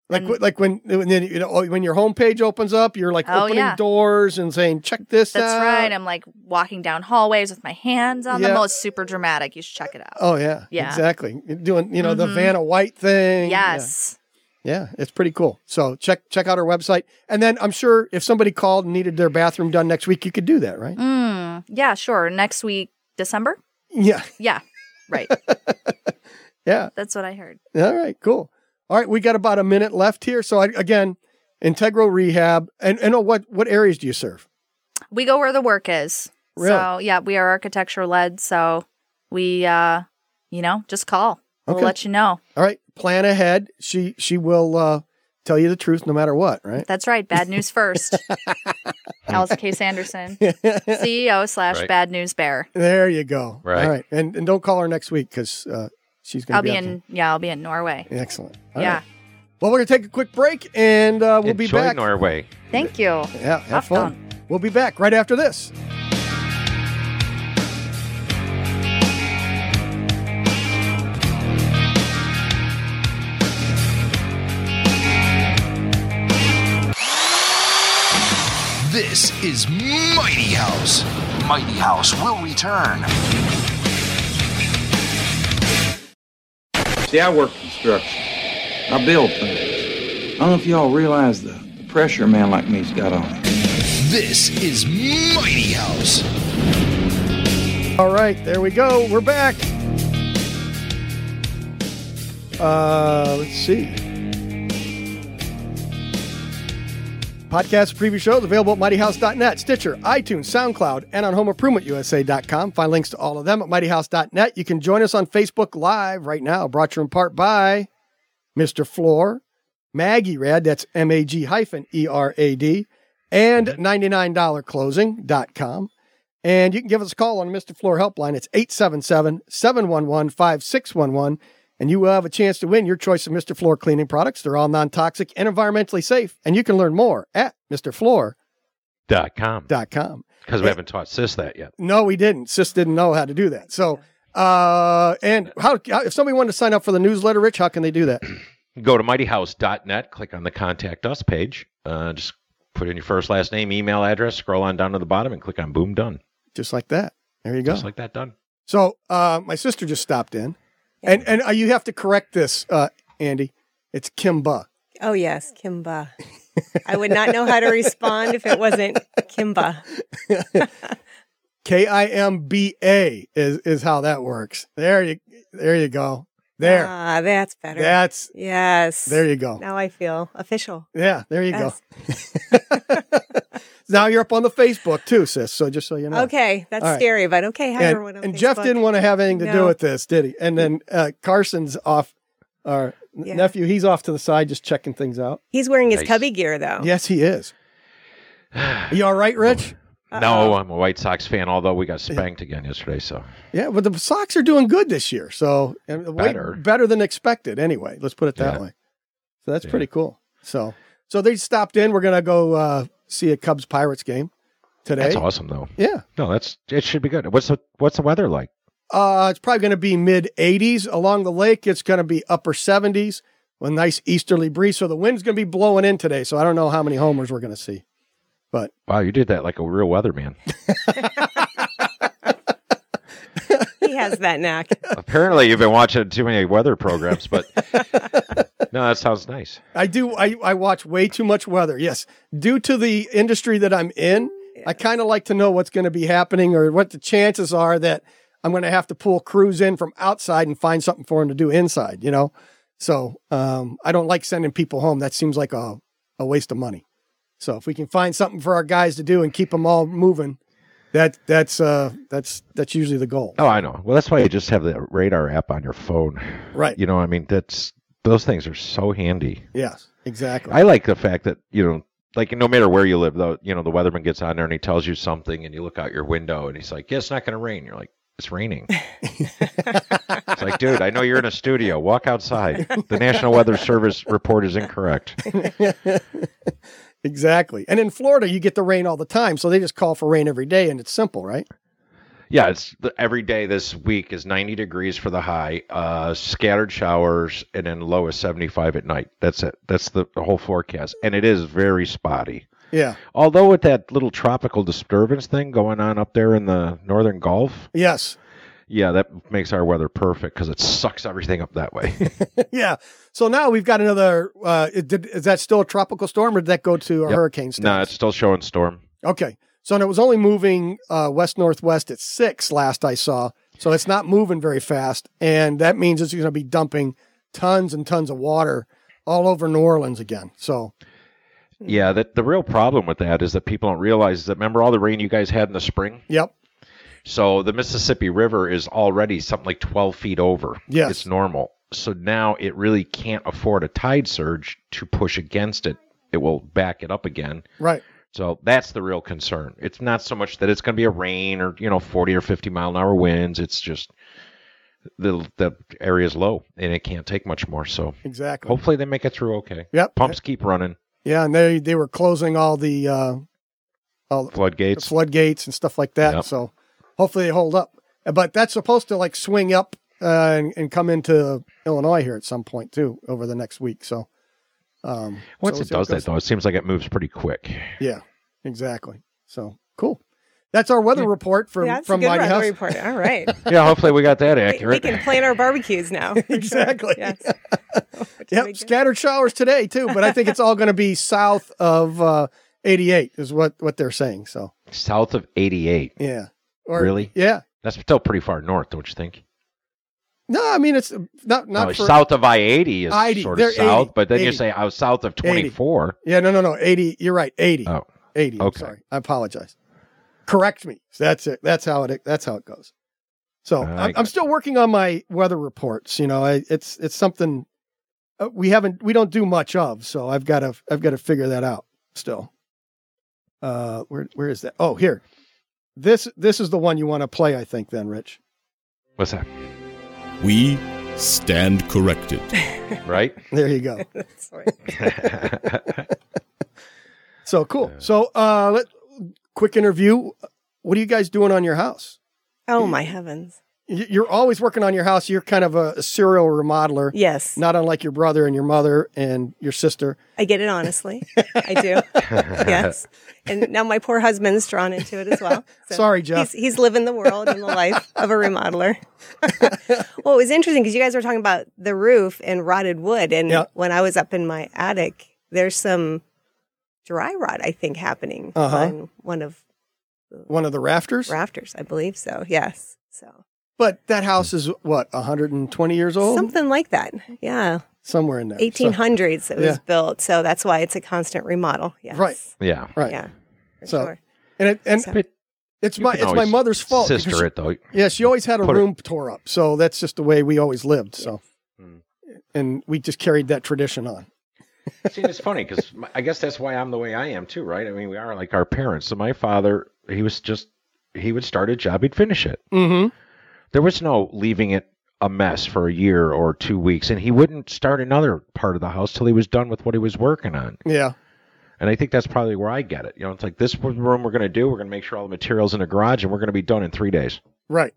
Speaker 1: Like,
Speaker 2: And-
Speaker 1: like when when you know, oh, when your homepage opens up, you're like
Speaker 2: Oh,
Speaker 1: opening
Speaker 2: yeah.
Speaker 1: doors and saying, "Check this
Speaker 2: That's
Speaker 1: out."
Speaker 2: right. I'm like walking down hallways with my hands on
Speaker 1: Yeah.
Speaker 2: them. Oh, it's super dramatic. You should check it out.
Speaker 1: oh yeah,
Speaker 2: Yeah. Mm-hmm.
Speaker 1: exactly. You're doing you know the Vanna White thing. Yeah.
Speaker 2: yes.
Speaker 1: Yeah, it's pretty cool. So check check out our website, and then I'm sure if somebody called and needed their bathroom done next week, you could do that, right?
Speaker 2: Mm, yeah, sure. Next week, December?
Speaker 1: Yeah,
Speaker 2: Yeah. Right.
Speaker 1: yeah.
Speaker 2: That's what I heard.
Speaker 1: All right, cool. All right, we got about a minute left here. So I, again, Integral Rehab, and and oh, what what areas do you serve?
Speaker 2: We go where the work is. So,
Speaker 1: Really?
Speaker 2: yeah, we are architecture led. So, we, uh, you know, just call. We'll
Speaker 1: Okay.
Speaker 2: let you know.
Speaker 1: All right, plan ahead. She she will uh, tell you the truth no matter what, right?
Speaker 2: That's right. Bad news first. Alice K. Sanderson, CEO slash
Speaker 3: Right.
Speaker 2: bad news bear.
Speaker 1: There you go.
Speaker 3: Right.
Speaker 1: All right, and and don't call her next week because uh, she's gonna
Speaker 2: I'll be
Speaker 1: out
Speaker 2: in, yeah, I'll be in Norway.
Speaker 1: there. Excellent. All
Speaker 2: yeah.
Speaker 1: right. Well, we're gonna take a quick break, and uh, we'll be
Speaker 3: Enjoy
Speaker 1: back.
Speaker 3: Norway.
Speaker 2: Thank you.
Speaker 1: Yeah, have
Speaker 2: Have
Speaker 1: fun. We'll be back right after this.
Speaker 7: This is Mighty House. Mighty House will return.
Speaker 11: See, I work construction. I build things. I don't know if y'all realize the, the pressure a man like me's got on him.
Speaker 7: This is Mighty House.
Speaker 1: All right, there we go. We're back. Uh, let's see. Podcast preview shows available at mightyhouse.net, Stitcher, iTunes, SoundCloud, and on homeimprovementusa.com. Find links to all of them at mightyhouse.net. You can join us on Facebook Live right now, brought to you in part by Mr. Floor, Maggie Rad, that's M A G hyphen E R A D, and $99closing.com. And you can give us a call on Mr. Floor Helpline. It's 877 711 5611. And you will have a chance to win your choice of Mr. Floor cleaning products. They're all non toxic and environmentally safe. And you can learn more at MrFloor.com.
Speaker 3: Dot com. Because we haven't taught sis that yet.
Speaker 1: No, we didn't. Sis didn't know how to do that. So, uh, and how, how if somebody wanted to sign up for the newsletter, Rich, how can they do that?
Speaker 3: Go to mightyhouse.net, click on the contact us page. Uh, just put in your first, last name, email address, scroll on down to the bottom, and click on boom done.
Speaker 1: Just like that. There you go.
Speaker 3: Just like that, done.
Speaker 1: So uh, my sister just stopped in, and and uh, you have to correct this, uh, Andy. It's Kimba.
Speaker 6: Oh yes, Kimba. I would not know how to respond if it wasn't Kimba.
Speaker 1: K I M B A is is how that works. There you there you go. There.
Speaker 6: Ah, that's better.
Speaker 1: That's
Speaker 6: yes.
Speaker 1: there you go.
Speaker 6: Now I feel official.
Speaker 1: Yeah, there you
Speaker 6: Yes.
Speaker 1: go. now you're up on the Facebook too, sis. So just so you know.
Speaker 6: Okay, that's
Speaker 1: All right.
Speaker 6: scary, but okay. Hi,
Speaker 1: And,
Speaker 6: everyone. on
Speaker 1: and Jeff
Speaker 6: Facebook.
Speaker 1: didn't want to have anything to do
Speaker 6: No. Mm.
Speaker 1: with this, did he? And then uh, Carson's off, our n-
Speaker 6: Yeah.
Speaker 1: nephew, he's off to the side just checking things out.
Speaker 6: He's wearing his
Speaker 3: Nice.
Speaker 6: cubby gear though.
Speaker 1: Yes, he is. You all right, Rich?
Speaker 3: No, I'm a White Sox fan, although we got spanked again yesterday. So
Speaker 1: Yeah, but the Sox are doing good this year. So and way
Speaker 3: Better.
Speaker 1: better than expected anyway. Let's put it that
Speaker 3: Yeah.
Speaker 1: way. So that's
Speaker 3: Yeah.
Speaker 1: pretty cool. So so they stopped in. We're gonna go uh, see a Cubs Pirates game today.
Speaker 3: that's awesome, though.
Speaker 1: Yeah.
Speaker 3: No, that's it. Should be good. What's the What's the weather like?
Speaker 1: Uh, it's probably going to be mid 80s along the lake. It's going to be upper 70s with a nice easterly breeze. So the wind's going to be blowing in today. So I don't know how many homers we're going to see.
Speaker 3: Wow, you did that like a real weatherman.
Speaker 6: he has that knack.
Speaker 3: Apparently, you've been watching too many weather programs, but no, that sounds nice.
Speaker 1: I do. I, I watch way too much weather. Yes, due to the industry that I'm in, I kind of like to know what's going to be happening or what the chances are that I'm going to have to pull crews in from outside and find something for them to do inside. You know, so um, I don't like sending people home. That seems like a a waste of money. So if we can find something for our guys to do and keep them all moving, that that's uh that's that's usually the goal.
Speaker 3: Oh, I know. Well, that's why you just have the radar app on your phone.
Speaker 1: Right.
Speaker 3: You know, I mean, that's those things are so handy.
Speaker 1: Yes, exactly.
Speaker 3: I like the fact that you know, like no matter where you live, though, you know, the weatherman gets on there and he tells you something, and you look out your window and he's like, "Yeah, it's not going to rain." You're like, "It's raining." it's like, dude, I know you're in a studio. Walk outside. The National Weather Service report is incorrect.
Speaker 1: exactly. And in Florida, you get the rain all the time, so they just call for rain every day, and it's simple, right?
Speaker 3: Yeah, it's every day this week is 90 degrees for the high, uh, scattered showers, and then low is 75 at night. That's it. That's the, the whole forecast, and it is very spotty.
Speaker 1: Yeah.
Speaker 3: Although with that little tropical disturbance thing going on up there in the northern Gulf,
Speaker 1: Yes.
Speaker 3: yeah, that makes our weather perfect because it sucks everything up that way.
Speaker 1: yeah. So now we've got another. Uh, it did, is that still a tropical storm, or did that go to a
Speaker 3: Yep.
Speaker 1: hurricane status?
Speaker 3: no, it's still showing storm.
Speaker 1: okay. So and it was only moving uh, west northwest at six last I saw. So it's not moving very fast, and that means it's going to be dumping tons and tons of water all over New Orleans again. So
Speaker 3: Yeah, that the real problem with that is that people don't realize that. Remember all the rain you guys had in the spring?
Speaker 1: yep,
Speaker 3: So the Mississippi River is already something like 12 feet over.
Speaker 1: Yes.
Speaker 3: It's normal. So now it really can't afford a tide surge to push against it. It will back it up again.
Speaker 1: right.
Speaker 3: So that's the real concern. It's not so much that it's going to be a rain or, you know, 40 or 50 mile an hour winds. It's just the the area is low and it can't take much more. So
Speaker 1: Exactly.
Speaker 3: hopefully they make it through okay.
Speaker 1: Yep.
Speaker 3: Pumps keep running,
Speaker 1: Yeah, and they they were closing all the uh, all
Speaker 3: floodgates.
Speaker 1: floodgates and stuff like that.
Speaker 3: Yep.
Speaker 1: So hopefully they hold up. But that's supposed to like swing up uh, and, and come into Illinois here at some point too over the next week. So um,
Speaker 3: Once
Speaker 1: so
Speaker 3: it does that, though, it seems like it moves pretty quick.
Speaker 1: yeah, exactly. So cool. That's our weather report from
Speaker 6: That's
Speaker 1: from
Speaker 6: a good
Speaker 1: Mighty
Speaker 6: weather
Speaker 1: House.
Speaker 6: report. All right.
Speaker 3: Yeah, hopefully we got that
Speaker 6: we, we
Speaker 3: accurate.
Speaker 6: can plan our barbecues now. for sure.
Speaker 1: Exactly.
Speaker 6: Yes. Which will be
Speaker 1: Yep,
Speaker 6: good.
Speaker 1: scattered showers today too, but I think it's all going to be south of uh, 88 is what what they're saying. So
Speaker 3: South of 88.
Speaker 1: yeah, or,
Speaker 3: Really?
Speaker 1: Yeah.
Speaker 3: That's still pretty far north, don't you think?
Speaker 1: No, I mean it's not not
Speaker 3: no,
Speaker 1: for
Speaker 3: Oh, south of I eighty is
Speaker 1: 80,
Speaker 3: sort
Speaker 1: they're
Speaker 3: of south,
Speaker 1: 80,
Speaker 3: but then
Speaker 1: 80.
Speaker 3: you say I was south of twenty four.
Speaker 1: Yeah, no, no, no. 80. You're right. 80.
Speaker 3: Oh,
Speaker 1: 80. I'm
Speaker 3: okay.
Speaker 1: sorry. I apologize. Correct me. That's it. That's how it that's how it goes. So
Speaker 3: I
Speaker 1: I'm,
Speaker 3: like
Speaker 1: I'm
Speaker 3: it.
Speaker 1: still working on my weather reports. You know, I, it's it's something uh, we haven't we don't do much of. So I've got to I've got to figure that out still. Uh, where where is that? Oh, here. This this is the one you want to play. I think then, Rich.
Speaker 3: What's that?
Speaker 9: We stand corrected.
Speaker 3: Right?
Speaker 1: There you go.
Speaker 6: That's right.
Speaker 1: So cool. So uh, let quick interview. What are you guys doing on your house?
Speaker 6: Oh my heavens.
Speaker 1: Y- you're always working on your house. You're kind of a, a serial remodeler,
Speaker 6: Yes.
Speaker 1: not unlike your brother and your mother and your sister.
Speaker 6: I get it honestly. I do. yes. And now my poor husband's drawn into it as well.
Speaker 1: Sorry, Jeff.
Speaker 6: He's, he's living the world and the life of a remodeler. well, it was interesting because you guys were talking about the roof and rotted wood. And
Speaker 1: Yeah.
Speaker 6: when I was up in my attic, there's some dry rot, I think, happening
Speaker 1: Uh-huh.
Speaker 6: on one of
Speaker 1: One of the rafters.
Speaker 6: rafters. I believe so. Yes. So
Speaker 1: But that house is what 120 years old,
Speaker 6: Something like that. Yeah.
Speaker 1: somewhere in there. So-
Speaker 6: 1800s it was
Speaker 1: Yeah.
Speaker 6: built. So that's why it's a constant remodel. Yes.
Speaker 1: Right.
Speaker 3: Yeah.
Speaker 1: right?
Speaker 6: Yeah. for
Speaker 1: So-
Speaker 6: sure.
Speaker 1: And it, and
Speaker 6: So-
Speaker 1: it's
Speaker 3: You
Speaker 1: my
Speaker 3: can
Speaker 1: it's my
Speaker 3: always
Speaker 1: mother's fault. because
Speaker 3: Sister
Speaker 1: she-
Speaker 3: it though.
Speaker 1: Yeah, she always had a
Speaker 3: Put it-
Speaker 1: room tore up, so that's just the way we always lived. So,
Speaker 3: Mm.
Speaker 1: and we just carried that tradition on.
Speaker 3: See, it's funny because I guess that's why I'm the way I am too, right? I mean, we are like our parents. So my father, he was just he would start a job, he'd finish it.
Speaker 1: Mm-hmm.
Speaker 3: There was no leaving it a mess for a year or two weeks, and he wouldn't start another part of the house till he was done with what he was working on.
Speaker 1: Yeah,
Speaker 3: And I think that's probably where I get it. You know, it's like this room we're going to do, we're going to make sure all the materials in the garage, and we're going to be done in three days.
Speaker 1: right.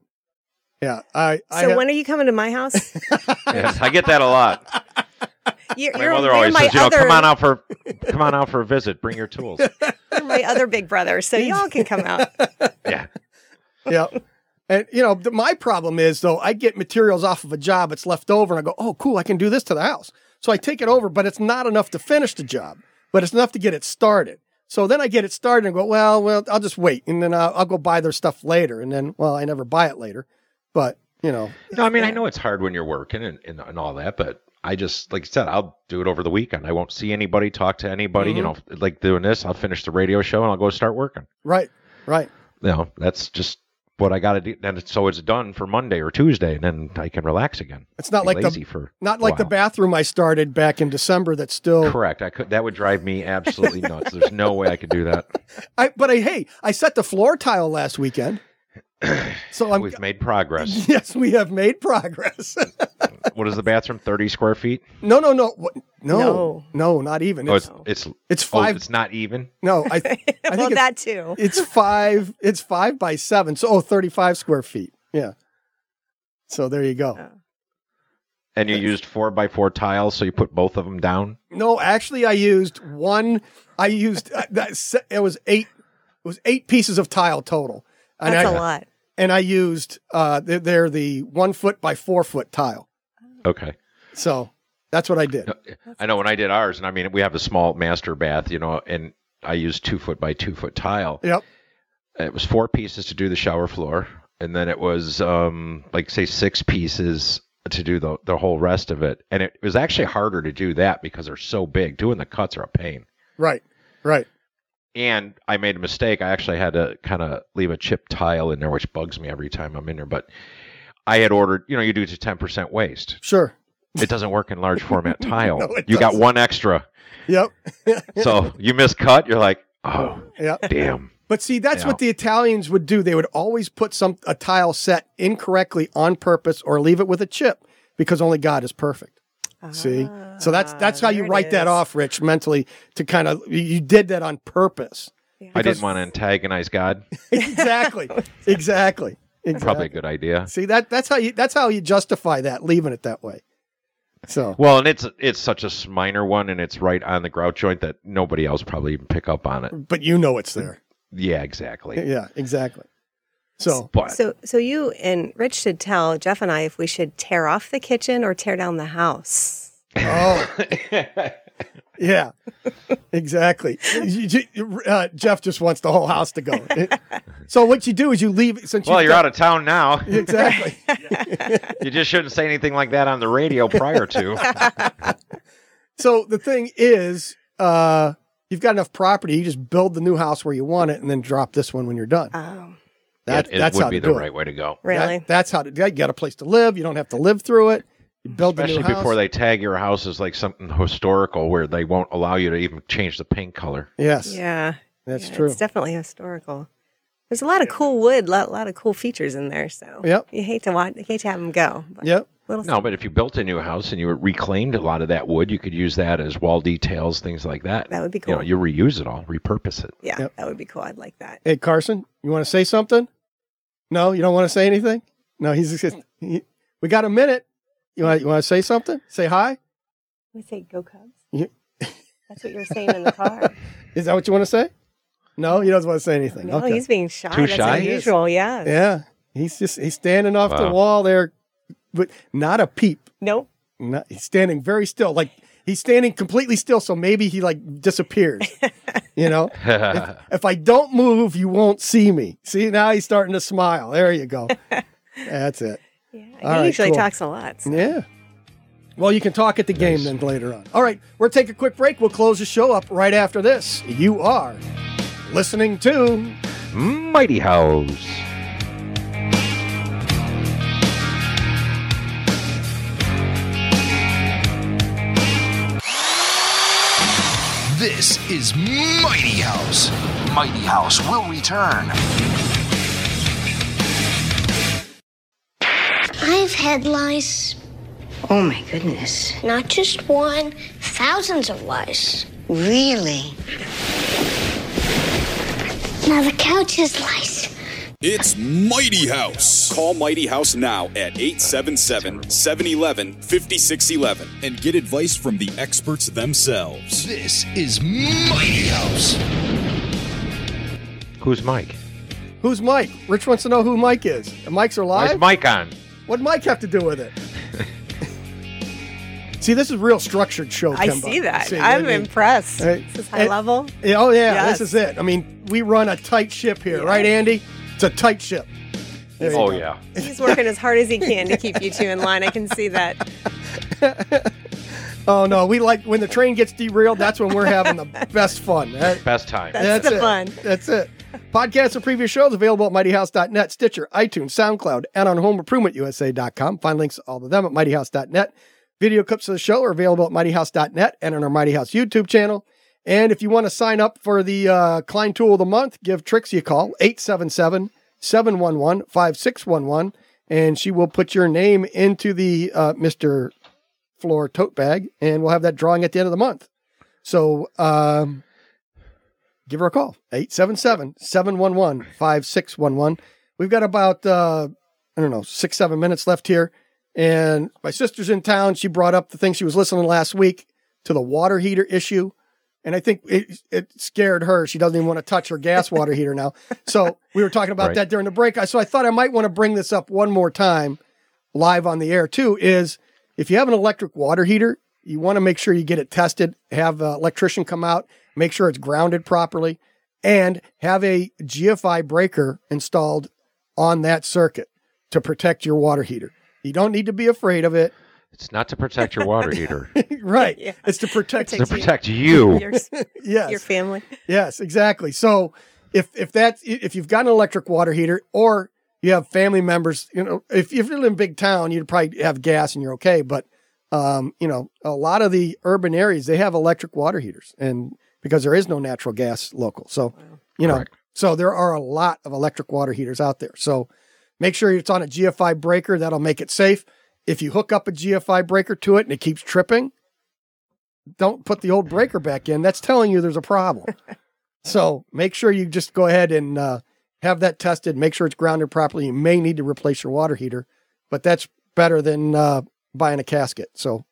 Speaker 1: Yeah, I. I
Speaker 6: So
Speaker 1: ha-
Speaker 6: when are you coming to my house?
Speaker 3: Yes, I get that a lot.
Speaker 6: You're,
Speaker 3: My
Speaker 6: you're-
Speaker 3: mother
Speaker 6: you're
Speaker 3: always
Speaker 6: my
Speaker 3: says, you know,
Speaker 6: other,
Speaker 3: come on out for come on out for a visit, bring your tools.
Speaker 6: you're my other big brother, so y'all can come out.
Speaker 3: Yeah.
Speaker 1: yeah. And you know, th- my problem is though, I get materials off of a job that's left over, and I go, "Oh, cool, I can do this to the house." So I take it over, but it's not enough to finish the job, but it's enough to get it started. So then I get it started and go, "Well, well, I'll just wait, and then I'll, I'll go buy their stuff later." And then, well, I never buy it later, but you know,
Speaker 3: No, I mean I know it's hard when you're working and, and, and all that, but I just like I said, I'll do it over the weekend. I won't see anybody, talk to anybody, you know,
Speaker 1: Mm-hmm.
Speaker 3: like doing this, I'll finish the radio show and I'll go start working.
Speaker 1: right, right,
Speaker 3: You know, that's just what I gotta do. And so it's done for Monday or Tuesday and then I can relax again.
Speaker 1: It's not
Speaker 3: Be
Speaker 1: like the-
Speaker 3: lazy for
Speaker 1: not like the
Speaker 3: Wow.
Speaker 1: bathroom I started back in December. That's still
Speaker 3: Correct. I could that would drive me absolutely nuts. There's no way I could do that.
Speaker 1: I, but I, hey, I set the floor tile last weekend, so I'm.
Speaker 3: We've made progress.
Speaker 1: Yes, we have made progress.
Speaker 3: What is the bathroom? Thirty square feet?
Speaker 1: No, no, no, what, no, no,
Speaker 6: No.
Speaker 1: not even.
Speaker 3: Oh,
Speaker 1: It's,
Speaker 3: it's it's
Speaker 1: it's
Speaker 3: oh,
Speaker 1: five.
Speaker 3: it's not even.
Speaker 1: no, I, I think
Speaker 6: well,
Speaker 1: it's,
Speaker 6: that too.
Speaker 1: it's five. It's five by seven. So, oh, 35 square feet. Yeah. So there you
Speaker 6: Oh.
Speaker 1: go.
Speaker 3: And you used four by four tiles, so you put both of them down.
Speaker 1: No, actually, I used one. I used uh, that. se- It was eight. It was eight pieces of tile total. And
Speaker 6: That's
Speaker 1: I,
Speaker 6: a lot.
Speaker 1: And I used uh, they're, they're the one foot by four foot tile.
Speaker 3: Okay.
Speaker 1: So that's what I did.
Speaker 3: I know when I did ours, and I mean we have a small master bath, you know, and I used two foot by two foot tile.
Speaker 1: Yep.
Speaker 3: It was four pieces to do the shower floor, and then it was um like say six pieces to do the the whole rest of it. And it was actually harder to do that because they're so big. Doing the cuts are a pain.
Speaker 1: Right. Right.
Speaker 3: and I made a mistake. I actually had to kind of leave a chip tile in there, which bugs me every time I'm in there. But I had ordered, you know, you do to 10% waste.
Speaker 1: Sure.
Speaker 3: It doesn't work in large format tile.
Speaker 1: No, it
Speaker 3: you got
Speaker 1: doesn't.
Speaker 3: one extra.
Speaker 1: Yep.
Speaker 3: So you miscut, you're like, oh,
Speaker 1: Yep.
Speaker 3: damn.
Speaker 1: But see, that's
Speaker 3: Yeah.
Speaker 1: what the Italians would do. They would always put some a tile set incorrectly on purpose or leave it with a chip because only God is perfect. See? So that's that's how
Speaker 6: Ah,
Speaker 1: you
Speaker 6: there it
Speaker 1: write that
Speaker 6: is.
Speaker 1: off, Rich, mentally to kind of you- you did that on purpose.
Speaker 3: I didn't want to antagonize God.
Speaker 1: exactly. exactly. Exactly.
Speaker 3: Probably a good idea.
Speaker 1: See that that's how you that's how you justify that leaving it that way. So
Speaker 3: Well, and it's it's such a s- minor one, and it's right on the grout joint that nobody else probably even pick up on it.
Speaker 1: but you know it's there.
Speaker 3: Yeah, exactly.
Speaker 1: Yeah, exactly. So
Speaker 3: But
Speaker 6: So, so you and Rich should tell Jeff and I if we should tear off the kitchen or tear down the house.
Speaker 1: oh Yeah, exactly. You- you- uh, Jeff just wants the whole house to go. so what you do is you leave. Since
Speaker 3: well,
Speaker 1: you've
Speaker 3: you're
Speaker 1: got-
Speaker 3: out of town now.
Speaker 1: exactly.
Speaker 3: You just shouldn't say anything like that on the radio prior to.
Speaker 1: So the thing is, uh, you've got enough property. You just build the new house where you want it, and then drop this one when you're done.
Speaker 6: Oh,
Speaker 1: That,
Speaker 3: it
Speaker 1: that's
Speaker 3: would
Speaker 1: how
Speaker 3: be
Speaker 1: to
Speaker 3: the
Speaker 1: do
Speaker 3: right
Speaker 1: it.
Speaker 3: way to go.
Speaker 1: That-
Speaker 6: really?
Speaker 1: that's how to. You got a place to live. You don't have to live through it. You build
Speaker 3: Especially
Speaker 1: the new house.
Speaker 3: before they tag your house as like something historical where they won't allow you to even change the paint color.
Speaker 1: Yes,
Speaker 6: yeah,
Speaker 1: that's
Speaker 6: Yeah,
Speaker 1: true.
Speaker 6: It's definitely historical. There's a lot of cool wood, a lot, lot of cool features in there. So
Speaker 1: Yep.
Speaker 6: you hate to watch, you hate to have them go. But
Speaker 1: Yep.
Speaker 6: Little
Speaker 3: No, but if you built a new house and you reclaimed a lot of that wood, you could use that as wall details, things like that.
Speaker 6: That would be
Speaker 3: You know,
Speaker 6: cool.
Speaker 3: you reuse it all, repurpose it.
Speaker 6: yeah,
Speaker 1: Yep.
Speaker 6: that would be cool. I'd like that.
Speaker 1: Hey Carson, you want to say something? No, you don't want to say anything. No, he's just. He, we got a minute. You want you want to say something? Say hi.
Speaker 6: We say go Cubs.
Speaker 1: Yeah.
Speaker 6: That's what you were saying in the car.
Speaker 1: Is that what you want to say? No, he doesn't want to say anything.
Speaker 6: no,
Speaker 1: okay.
Speaker 6: he's being shy.
Speaker 3: Too
Speaker 6: That's
Speaker 3: shy?
Speaker 6: unusual. Yeah.
Speaker 1: yeah, he's just he's standing off the
Speaker 3: Wow.
Speaker 1: wall there, but not a peep.
Speaker 6: Nope.
Speaker 1: Not, he's standing very still, like he's standing completely still. So maybe he like disappears. you know, if, if I don't move, you won't see me. See now he's starting to smile. There you go. That's it.
Speaker 6: Yeah, he
Speaker 1: All right,
Speaker 6: usually
Speaker 1: cool.
Speaker 6: talks a lot. so-
Speaker 1: Yeah. Well, you can talk at the game then later on. All right, we're take a quick break. We'll close the show up right after this. You are listening to
Speaker 3: Mighty House.
Speaker 7: This is Mighty House. Mighty House will return.
Speaker 10: I've had lice,
Speaker 12: Oh my goodness.
Speaker 10: not just one, thousands of lice.
Speaker 12: Really?
Speaker 10: Now the couch is lice.
Speaker 9: It's Mighty House. Call Mighty House now at 877 711 5611 and get advice from the experts themselves.
Speaker 7: This is Mighty House.
Speaker 3: Who's Mike?
Speaker 1: Who's Mike? Rich wants to know who Mike is. And Mike's are
Speaker 3: Why
Speaker 1: live.
Speaker 3: is Mike on?
Speaker 1: What'd Mike have to do with it? see, this is real structured show.
Speaker 6: I
Speaker 1: Kemba.
Speaker 6: see that.
Speaker 1: See,
Speaker 6: I'm
Speaker 1: I mean,
Speaker 6: impressed.
Speaker 1: Hey,
Speaker 6: This is high
Speaker 1: eh,
Speaker 6: level.
Speaker 1: yeah, oh yeah,
Speaker 6: Yes.
Speaker 1: this is it. I mean, we run a tight ship here, right, Andy? It's a tight ship. There you
Speaker 3: Oh
Speaker 1: go.
Speaker 3: yeah.
Speaker 6: He's working as hard as he can to keep you two in line. I can see that.
Speaker 1: Oh no, we like when the train gets derailed. That's when we're having the best fun. That-
Speaker 3: Best time.
Speaker 6: That's the
Speaker 1: it.
Speaker 6: fun.
Speaker 1: That's it. Podcasts of previous shows available at mightyhouse.net, Stitcher, iTunes, SoundCloud, and on homeimprovementusa.com. Find links to all of them at mightyhouse.net. Video clips of the show are available at mightyhouse.net and on our Mighty House YouTube channel. And if you want to sign up for the uh, Klein Tool of the Month, give Trixie a call, 877 711 5611, and she will put your name into the uh, Mr. Floor tote bag, and we'll have that drawing at the end of the month. So, um, give her a call 877-711-5611 we've got about uh i don't know six seven minutes left here and my sister's in town she brought up the thing she was listening last week to the water heater issue and i think it, it scared her she doesn't even want to touch her gas water heater now so we were talking about
Speaker 3: Right.
Speaker 1: that during the break I- so i thought i might want to bring this up one more time live on the air too is if you have an electric water heater, you want to make sure you get it tested, have an electrician come out, make sure it's grounded properly, and have a GFI breaker installed on that circuit to protect your water heater. You don't need to be afraid of it.
Speaker 3: It's not to protect your water heater.
Speaker 1: right.
Speaker 6: Yeah.
Speaker 1: It's to protect
Speaker 3: It's to
Speaker 6: Protect you.
Speaker 3: protect you.
Speaker 6: Your, s-
Speaker 1: yes.
Speaker 6: your family.
Speaker 1: Yes, exactly. So if if that's if you've got an electric water heater or you have family members, you know, if, if you live in a big town, you'd probably have gas and you're okay. But um, you know, a lot of the urban areas they have electric water heaters, and because there is no natural gas local, so you know, so there are a lot of electric water heaters out there. So make sure it's on a GFI breaker. That'll make it safe. If you hook up a GFI breaker to it and it keeps tripping, don't put the old breaker back in. That's telling you there's a problem. So make sure you just go ahead and uh, have that tested. Make sure it's grounded properly. You may need to replace your water heater, but that's better than uh, buying a casket. So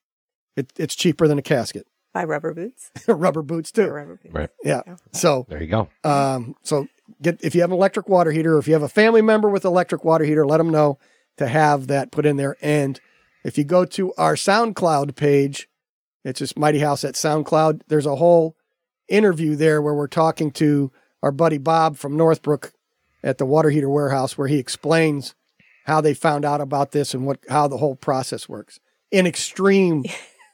Speaker 1: it, it's cheaper than a casket.
Speaker 6: Buy rubber boots.
Speaker 1: Rubber boots
Speaker 6: Buy
Speaker 1: too.
Speaker 6: rubber boots.
Speaker 3: Right.
Speaker 1: Yeah. So
Speaker 3: There you go.
Speaker 1: um, so get if you have an electric water heater, or if you have a family member with electric water heater, let them know to have that put in there. And if you go to our SoundCloud page, it's just Mighty House at SoundCloud. There's a whole interview there where we're talking to our buddy Bob from Northbrook at the water heater warehouse, where he explains how they found out about this and what how the whole process works in extreme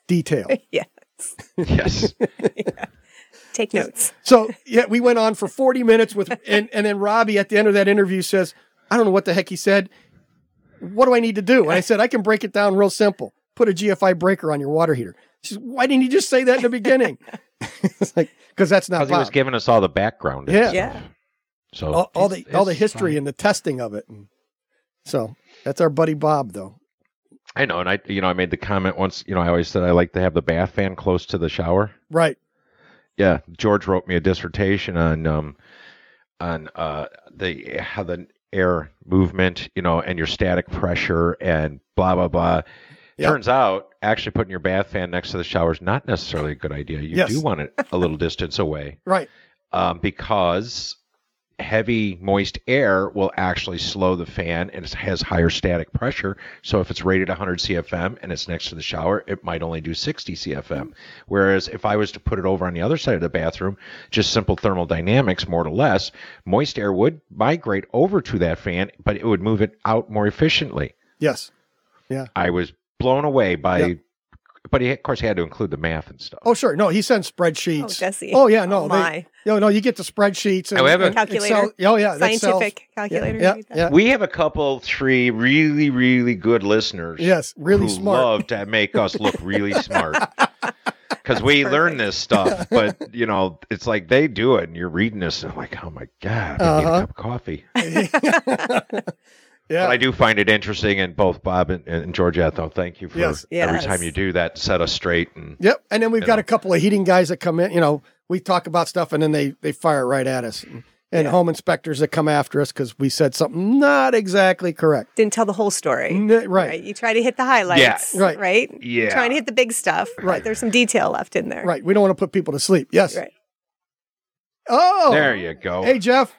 Speaker 1: detail.
Speaker 6: Yeah.
Speaker 3: Yes.
Speaker 6: Take notes.
Speaker 1: So yeah, we went on for 40 minutes with, and, and then Robbie at the end of that interview says, I don't know what the heck he said. What do I need to do? And I said, I can break it down real simple. Put a GFI breaker on your water heater. She says, why didn't you just say that in the beginning? it's like, cause that's not
Speaker 3: Because he was
Speaker 1: Bob.
Speaker 3: giving us all the background.
Speaker 1: Yeah.
Speaker 6: Yeah.
Speaker 3: So
Speaker 1: all, all the,
Speaker 3: it's-
Speaker 1: all the
Speaker 3: it's
Speaker 1: history
Speaker 3: fine.
Speaker 1: and the testing of it. And so that's our buddy Bob though.
Speaker 3: I know, and I you know I made the comment once. You know, I always said I like to have the bath fan close to the shower.
Speaker 1: Right.
Speaker 3: Yeah, George wrote me a dissertation on um on uh the how the air movement, you know, and your static pressure and blah blah blah.
Speaker 1: Yep.
Speaker 3: Turns out actually putting your bath fan next to the shower is not necessarily a good idea. You
Speaker 1: Yes.
Speaker 3: do want it a little distance away
Speaker 1: Right.
Speaker 3: um, because heavy moist air will actually slow the fan and it has higher static pressure so if it's rated 100 cfm and it's next to the shower it might only do 60 cfm whereas if i was to put it over on the other side of the bathroom just simple thermal dynamics more to less moist air would migrate over to that fan but it would move it out more efficiently
Speaker 1: Yes. Yeah.
Speaker 3: i was blown away by
Speaker 1: Yeah.
Speaker 3: but he of course he had to include the math and stuff
Speaker 1: Oh, sure. No, he sends spreadsheets.
Speaker 6: Oh, does he?
Speaker 1: Oh, yeah. No, they-
Speaker 6: Oh, my.
Speaker 1: no, no. You get the spreadsheets. And,
Speaker 3: Oh, we have a-
Speaker 1: and
Speaker 6: Calculator.
Speaker 1: Excel- oh, yeah. the Excel-
Speaker 6: Scientific calculator.
Speaker 1: Yeah. yeah, yeah.
Speaker 3: We have a couple, three really, really good listeners.
Speaker 1: Yes, really
Speaker 3: who
Speaker 1: smart.
Speaker 3: Love to make us look really smart because we learn this stuff. But you know, it's like they do it, and you're reading this, and I'm like, oh my god, I need
Speaker 1: Uh-huh.
Speaker 3: a cup of coffee.
Speaker 1: Yeah.
Speaker 3: But I do find it interesting, and both Bob and, and Georgette, though, thank you for
Speaker 1: Yes.
Speaker 3: every
Speaker 6: Yes.
Speaker 3: time you do that, set us straight. And
Speaker 1: Yep. And then we've
Speaker 3: You
Speaker 1: got
Speaker 3: know.
Speaker 1: a couple of heating guys that come in. You know, we talk about stuff and then they they fire right at us. And, and home inspectors that come after us because we said something not exactly correct.
Speaker 6: Didn't tell the whole story.
Speaker 1: N- right.
Speaker 6: Right. You try to hit the highlights.
Speaker 1: Yeah. Right.
Speaker 6: Right.
Speaker 3: Yeah.
Speaker 6: Trying to hit the big stuff. Right. There's some detail left in there.
Speaker 1: Right. We don't want to put people to sleep. Yes.
Speaker 6: Right.
Speaker 1: Oh.
Speaker 3: there you go.
Speaker 1: Hey Jeff.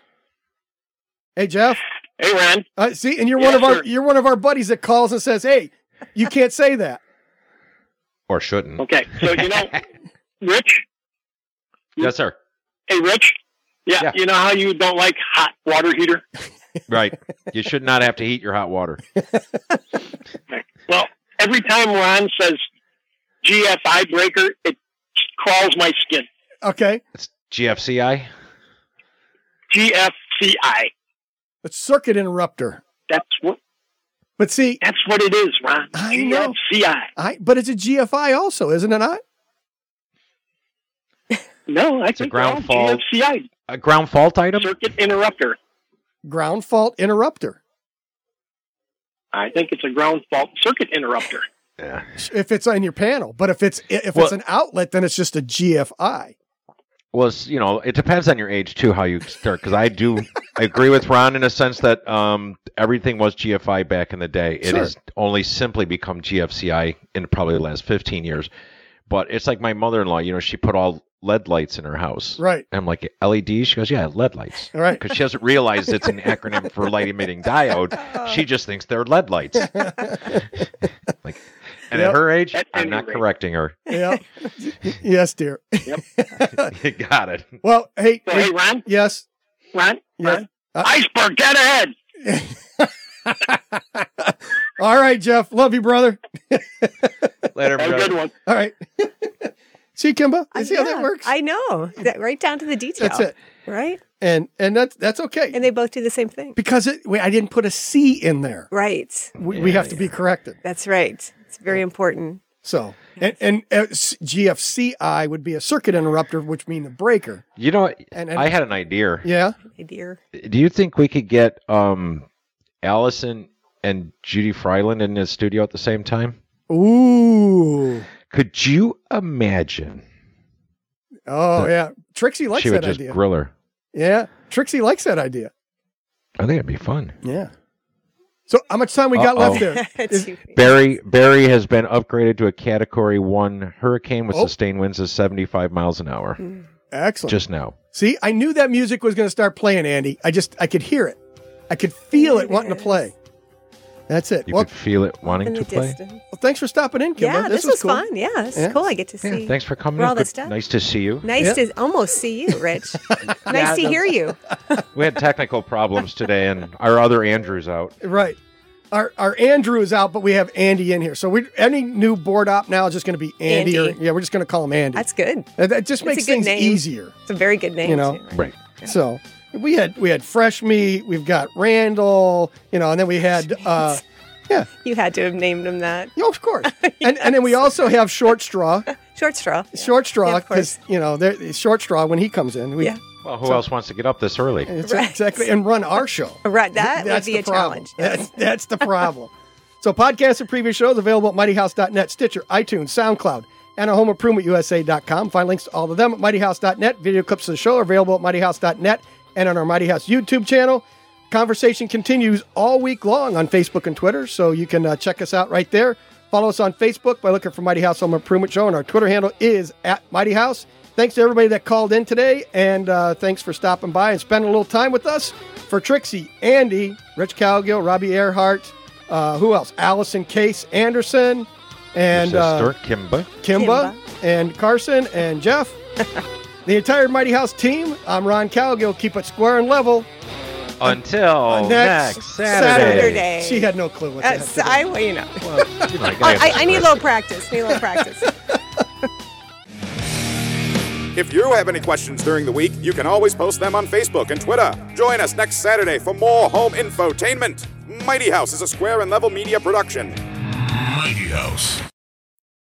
Speaker 1: Hey Jeff.
Speaker 4: Hey Ron.
Speaker 1: Uh, see, and you're
Speaker 4: Yeah,
Speaker 1: one of our
Speaker 4: sure.
Speaker 1: you're one of our buddies that calls and says, "Hey, you can't say that."
Speaker 3: Or shouldn't.
Speaker 4: Okay, so you know, Rich.
Speaker 3: Yes, sir.
Speaker 4: Hey, Rich. Yeah,
Speaker 3: Yeah.
Speaker 4: you know how you don't like hot water heater?
Speaker 3: Right. You should not have to heat your hot water.
Speaker 4: Well, every time Ron says GFI breaker, it crawls my skin.
Speaker 1: Okay.
Speaker 3: GFCI.
Speaker 4: GFCI.
Speaker 1: It's circuit interrupter.
Speaker 4: That's what.
Speaker 1: But see,
Speaker 4: That's what it is, Ron.
Speaker 1: I know.
Speaker 4: GFCI.
Speaker 1: I but it's a GFI also, isn't it not?
Speaker 4: No, I
Speaker 3: a
Speaker 4: think
Speaker 3: ground
Speaker 4: they're all
Speaker 3: fault.
Speaker 4: GFCI
Speaker 3: A ground fault item.
Speaker 4: circuit interrupter.
Speaker 1: Ground fault interrupter.
Speaker 4: I think it's a ground fault circuit interrupter.
Speaker 3: Yeah.
Speaker 1: If it's on your panel, but if it's if
Speaker 3: Well-
Speaker 1: it's an outlet, then it's just a GFI.
Speaker 3: Well, it's, you know, it depends on your age too how you start. Because I do agree with Ron in a sense that um, everything was GFI back in the day. It
Speaker 1: Sure.
Speaker 3: has only simply become GFCI in probably the last fifteen years. But it's like my mother-in-law. You know, she put all LED lights in her house.
Speaker 1: Right.
Speaker 3: And I'm like LED. She goes, yeah, LED lights.
Speaker 1: All right.
Speaker 3: Because she doesn't realize it's an acronym for light emitting diode. She just thinks they're LED lights. like, and
Speaker 1: Yep.
Speaker 3: at her age,
Speaker 4: At
Speaker 3: I'm
Speaker 4: any
Speaker 3: not
Speaker 4: rate.
Speaker 3: correcting her.
Speaker 1: Yeah. yes, dear.
Speaker 3: you got it.
Speaker 1: Well, hey,
Speaker 4: So, hey, Ron,
Speaker 1: yes.
Speaker 4: Ron,
Speaker 1: Yes.
Speaker 4: Ron, iceberg, get ahead.
Speaker 1: All right, Jeff. Love you, brother.
Speaker 3: Later,
Speaker 4: Have a
Speaker 3: brother.
Speaker 4: good one.
Speaker 1: All right. See, Kimba,
Speaker 6: I-
Speaker 1: you see how
Speaker 6: Uh, yeah,
Speaker 1: that works?
Speaker 6: I know. That, right down to the detail.
Speaker 1: That's it.
Speaker 6: Right.
Speaker 1: And and that's that's okay.
Speaker 6: And they both do the same thing.
Speaker 1: because it, wait, I didn't put a C in there.
Speaker 6: Right.
Speaker 1: We, we have to be corrected.
Speaker 6: That's right. It's very important.
Speaker 1: So, and, and uh, s- GFCI would be a circuit interrupter, which means a breaker.
Speaker 3: You know,
Speaker 1: And- and-
Speaker 3: I had an idea.
Speaker 1: Yeah.
Speaker 6: Hey, dear.
Speaker 3: Do you think we could get um, Allison and Judy Freiland in the studio at the same time?
Speaker 1: Ooh.
Speaker 3: Could you imagine?
Speaker 1: Oh, yeah. Trixie likes
Speaker 3: she would
Speaker 1: that
Speaker 3: just
Speaker 1: idea.
Speaker 3: grill her.
Speaker 1: yeah. Trixie likes that idea.
Speaker 3: I think it'd be fun.
Speaker 1: Yeah. So, how much time we got left
Speaker 3: Uh-oh.
Speaker 1: there?
Speaker 6: Two-
Speaker 3: Barry Barry has been upgraded to a Category One hurricane with
Speaker 1: Oh. Mm.
Speaker 3: sustained winds of 75 miles an hour.
Speaker 1: Excellent.
Speaker 3: Just now.
Speaker 1: See, I knew that music was going to start playing, Andy. I just, I could hear it. I could feel it,
Speaker 6: There it
Speaker 1: wanting to
Speaker 6: is.
Speaker 1: play. That's it.
Speaker 3: You
Speaker 1: Well,
Speaker 3: could feel it wanting
Speaker 6: in the
Speaker 3: to play.
Speaker 6: distance.
Speaker 1: well, thanks for stopping in, Kimba.
Speaker 6: Yeah, this, was,
Speaker 1: cool.
Speaker 6: fun. Yeah, this
Speaker 1: Yeah.
Speaker 6: is cool. I get to see.
Speaker 3: Yeah, thanks for coming.
Speaker 6: for
Speaker 3: in.
Speaker 6: all the
Speaker 3: Good-
Speaker 6: stuff.
Speaker 3: Nice to see you.
Speaker 6: Nice
Speaker 1: Yeah.
Speaker 6: to almost see you, Rich. nice to hear you.
Speaker 3: We had technical problems today, and our other Andrew's out.
Speaker 1: Right. Our our Andrew is out, but we have Andy in here. So we any new board op now is just going to be Andy.
Speaker 6: Andy.
Speaker 1: Or, yeah, we're just going to call him Andy.
Speaker 6: That's good.
Speaker 1: that, that just
Speaker 6: it's a
Speaker 1: makes
Speaker 6: good
Speaker 1: things
Speaker 6: name.
Speaker 1: easier.
Speaker 6: It's a very good name.
Speaker 1: You know.
Speaker 6: too.
Speaker 3: Right.
Speaker 1: So we had we had fresh meat. We've got Randall. You know, and then we had. uh
Speaker 6: You had to have named him that.
Speaker 1: yeah, Oh, of course. and, and then we also have Short Straw.
Speaker 6: Short straw.
Speaker 1: Short Straw,
Speaker 6: Yeah, of
Speaker 1: because, you know, they're- Short Straw, when he comes in, we,
Speaker 6: Yeah.
Speaker 3: Well, who else wants to get up this early?
Speaker 1: It's
Speaker 6: Right.
Speaker 1: Exactly, and run our show.
Speaker 6: Right, that would be
Speaker 1: the
Speaker 6: a
Speaker 1: problem.
Speaker 6: challenge.
Speaker 1: That's, that's the problem. so, podcasts and previous shows available at mightyhouse.net, Stitcher, iTunes, SoundCloud, and a home improvement USA.com. Find links to all of them at mightyhouse.net. Video clips of the show are available at mightyhouse.net and on our Mighty House YouTube channel. Conversation continues all week long on Facebook and Twitter, so you can uh, check us out right there. Follow us on Facebook by looking for Mighty House Home Improvement Show, and our Twitter handle is at Mighty House. Thanks to everybody that called in today, and uh, thanks for stopping by and spending a little time with us. For Trixie, Andy, Rich Calgill, Robbie Earhart, uh, who else? Allison Case Anderson, and
Speaker 3: Sister
Speaker 1: uh,
Speaker 3: Kimba.
Speaker 1: Kimba, and Carson and Jeff. the entire Mighty House team. I'm Ron Calgill. Keep it square and level. next
Speaker 3: Until Oh, next, Saturday.
Speaker 6: Saturday.
Speaker 1: She had no clue what that
Speaker 6: Uh, so I, well, you know.
Speaker 3: Oh My God.
Speaker 6: I, I need a little practice. Need a little practice.
Speaker 9: If you have any questions during the week, you can always post them on Facebook and Twitter. Join us next Saturday for more home infotainment. Mighty House is a square and level media production.
Speaker 13: Mighty House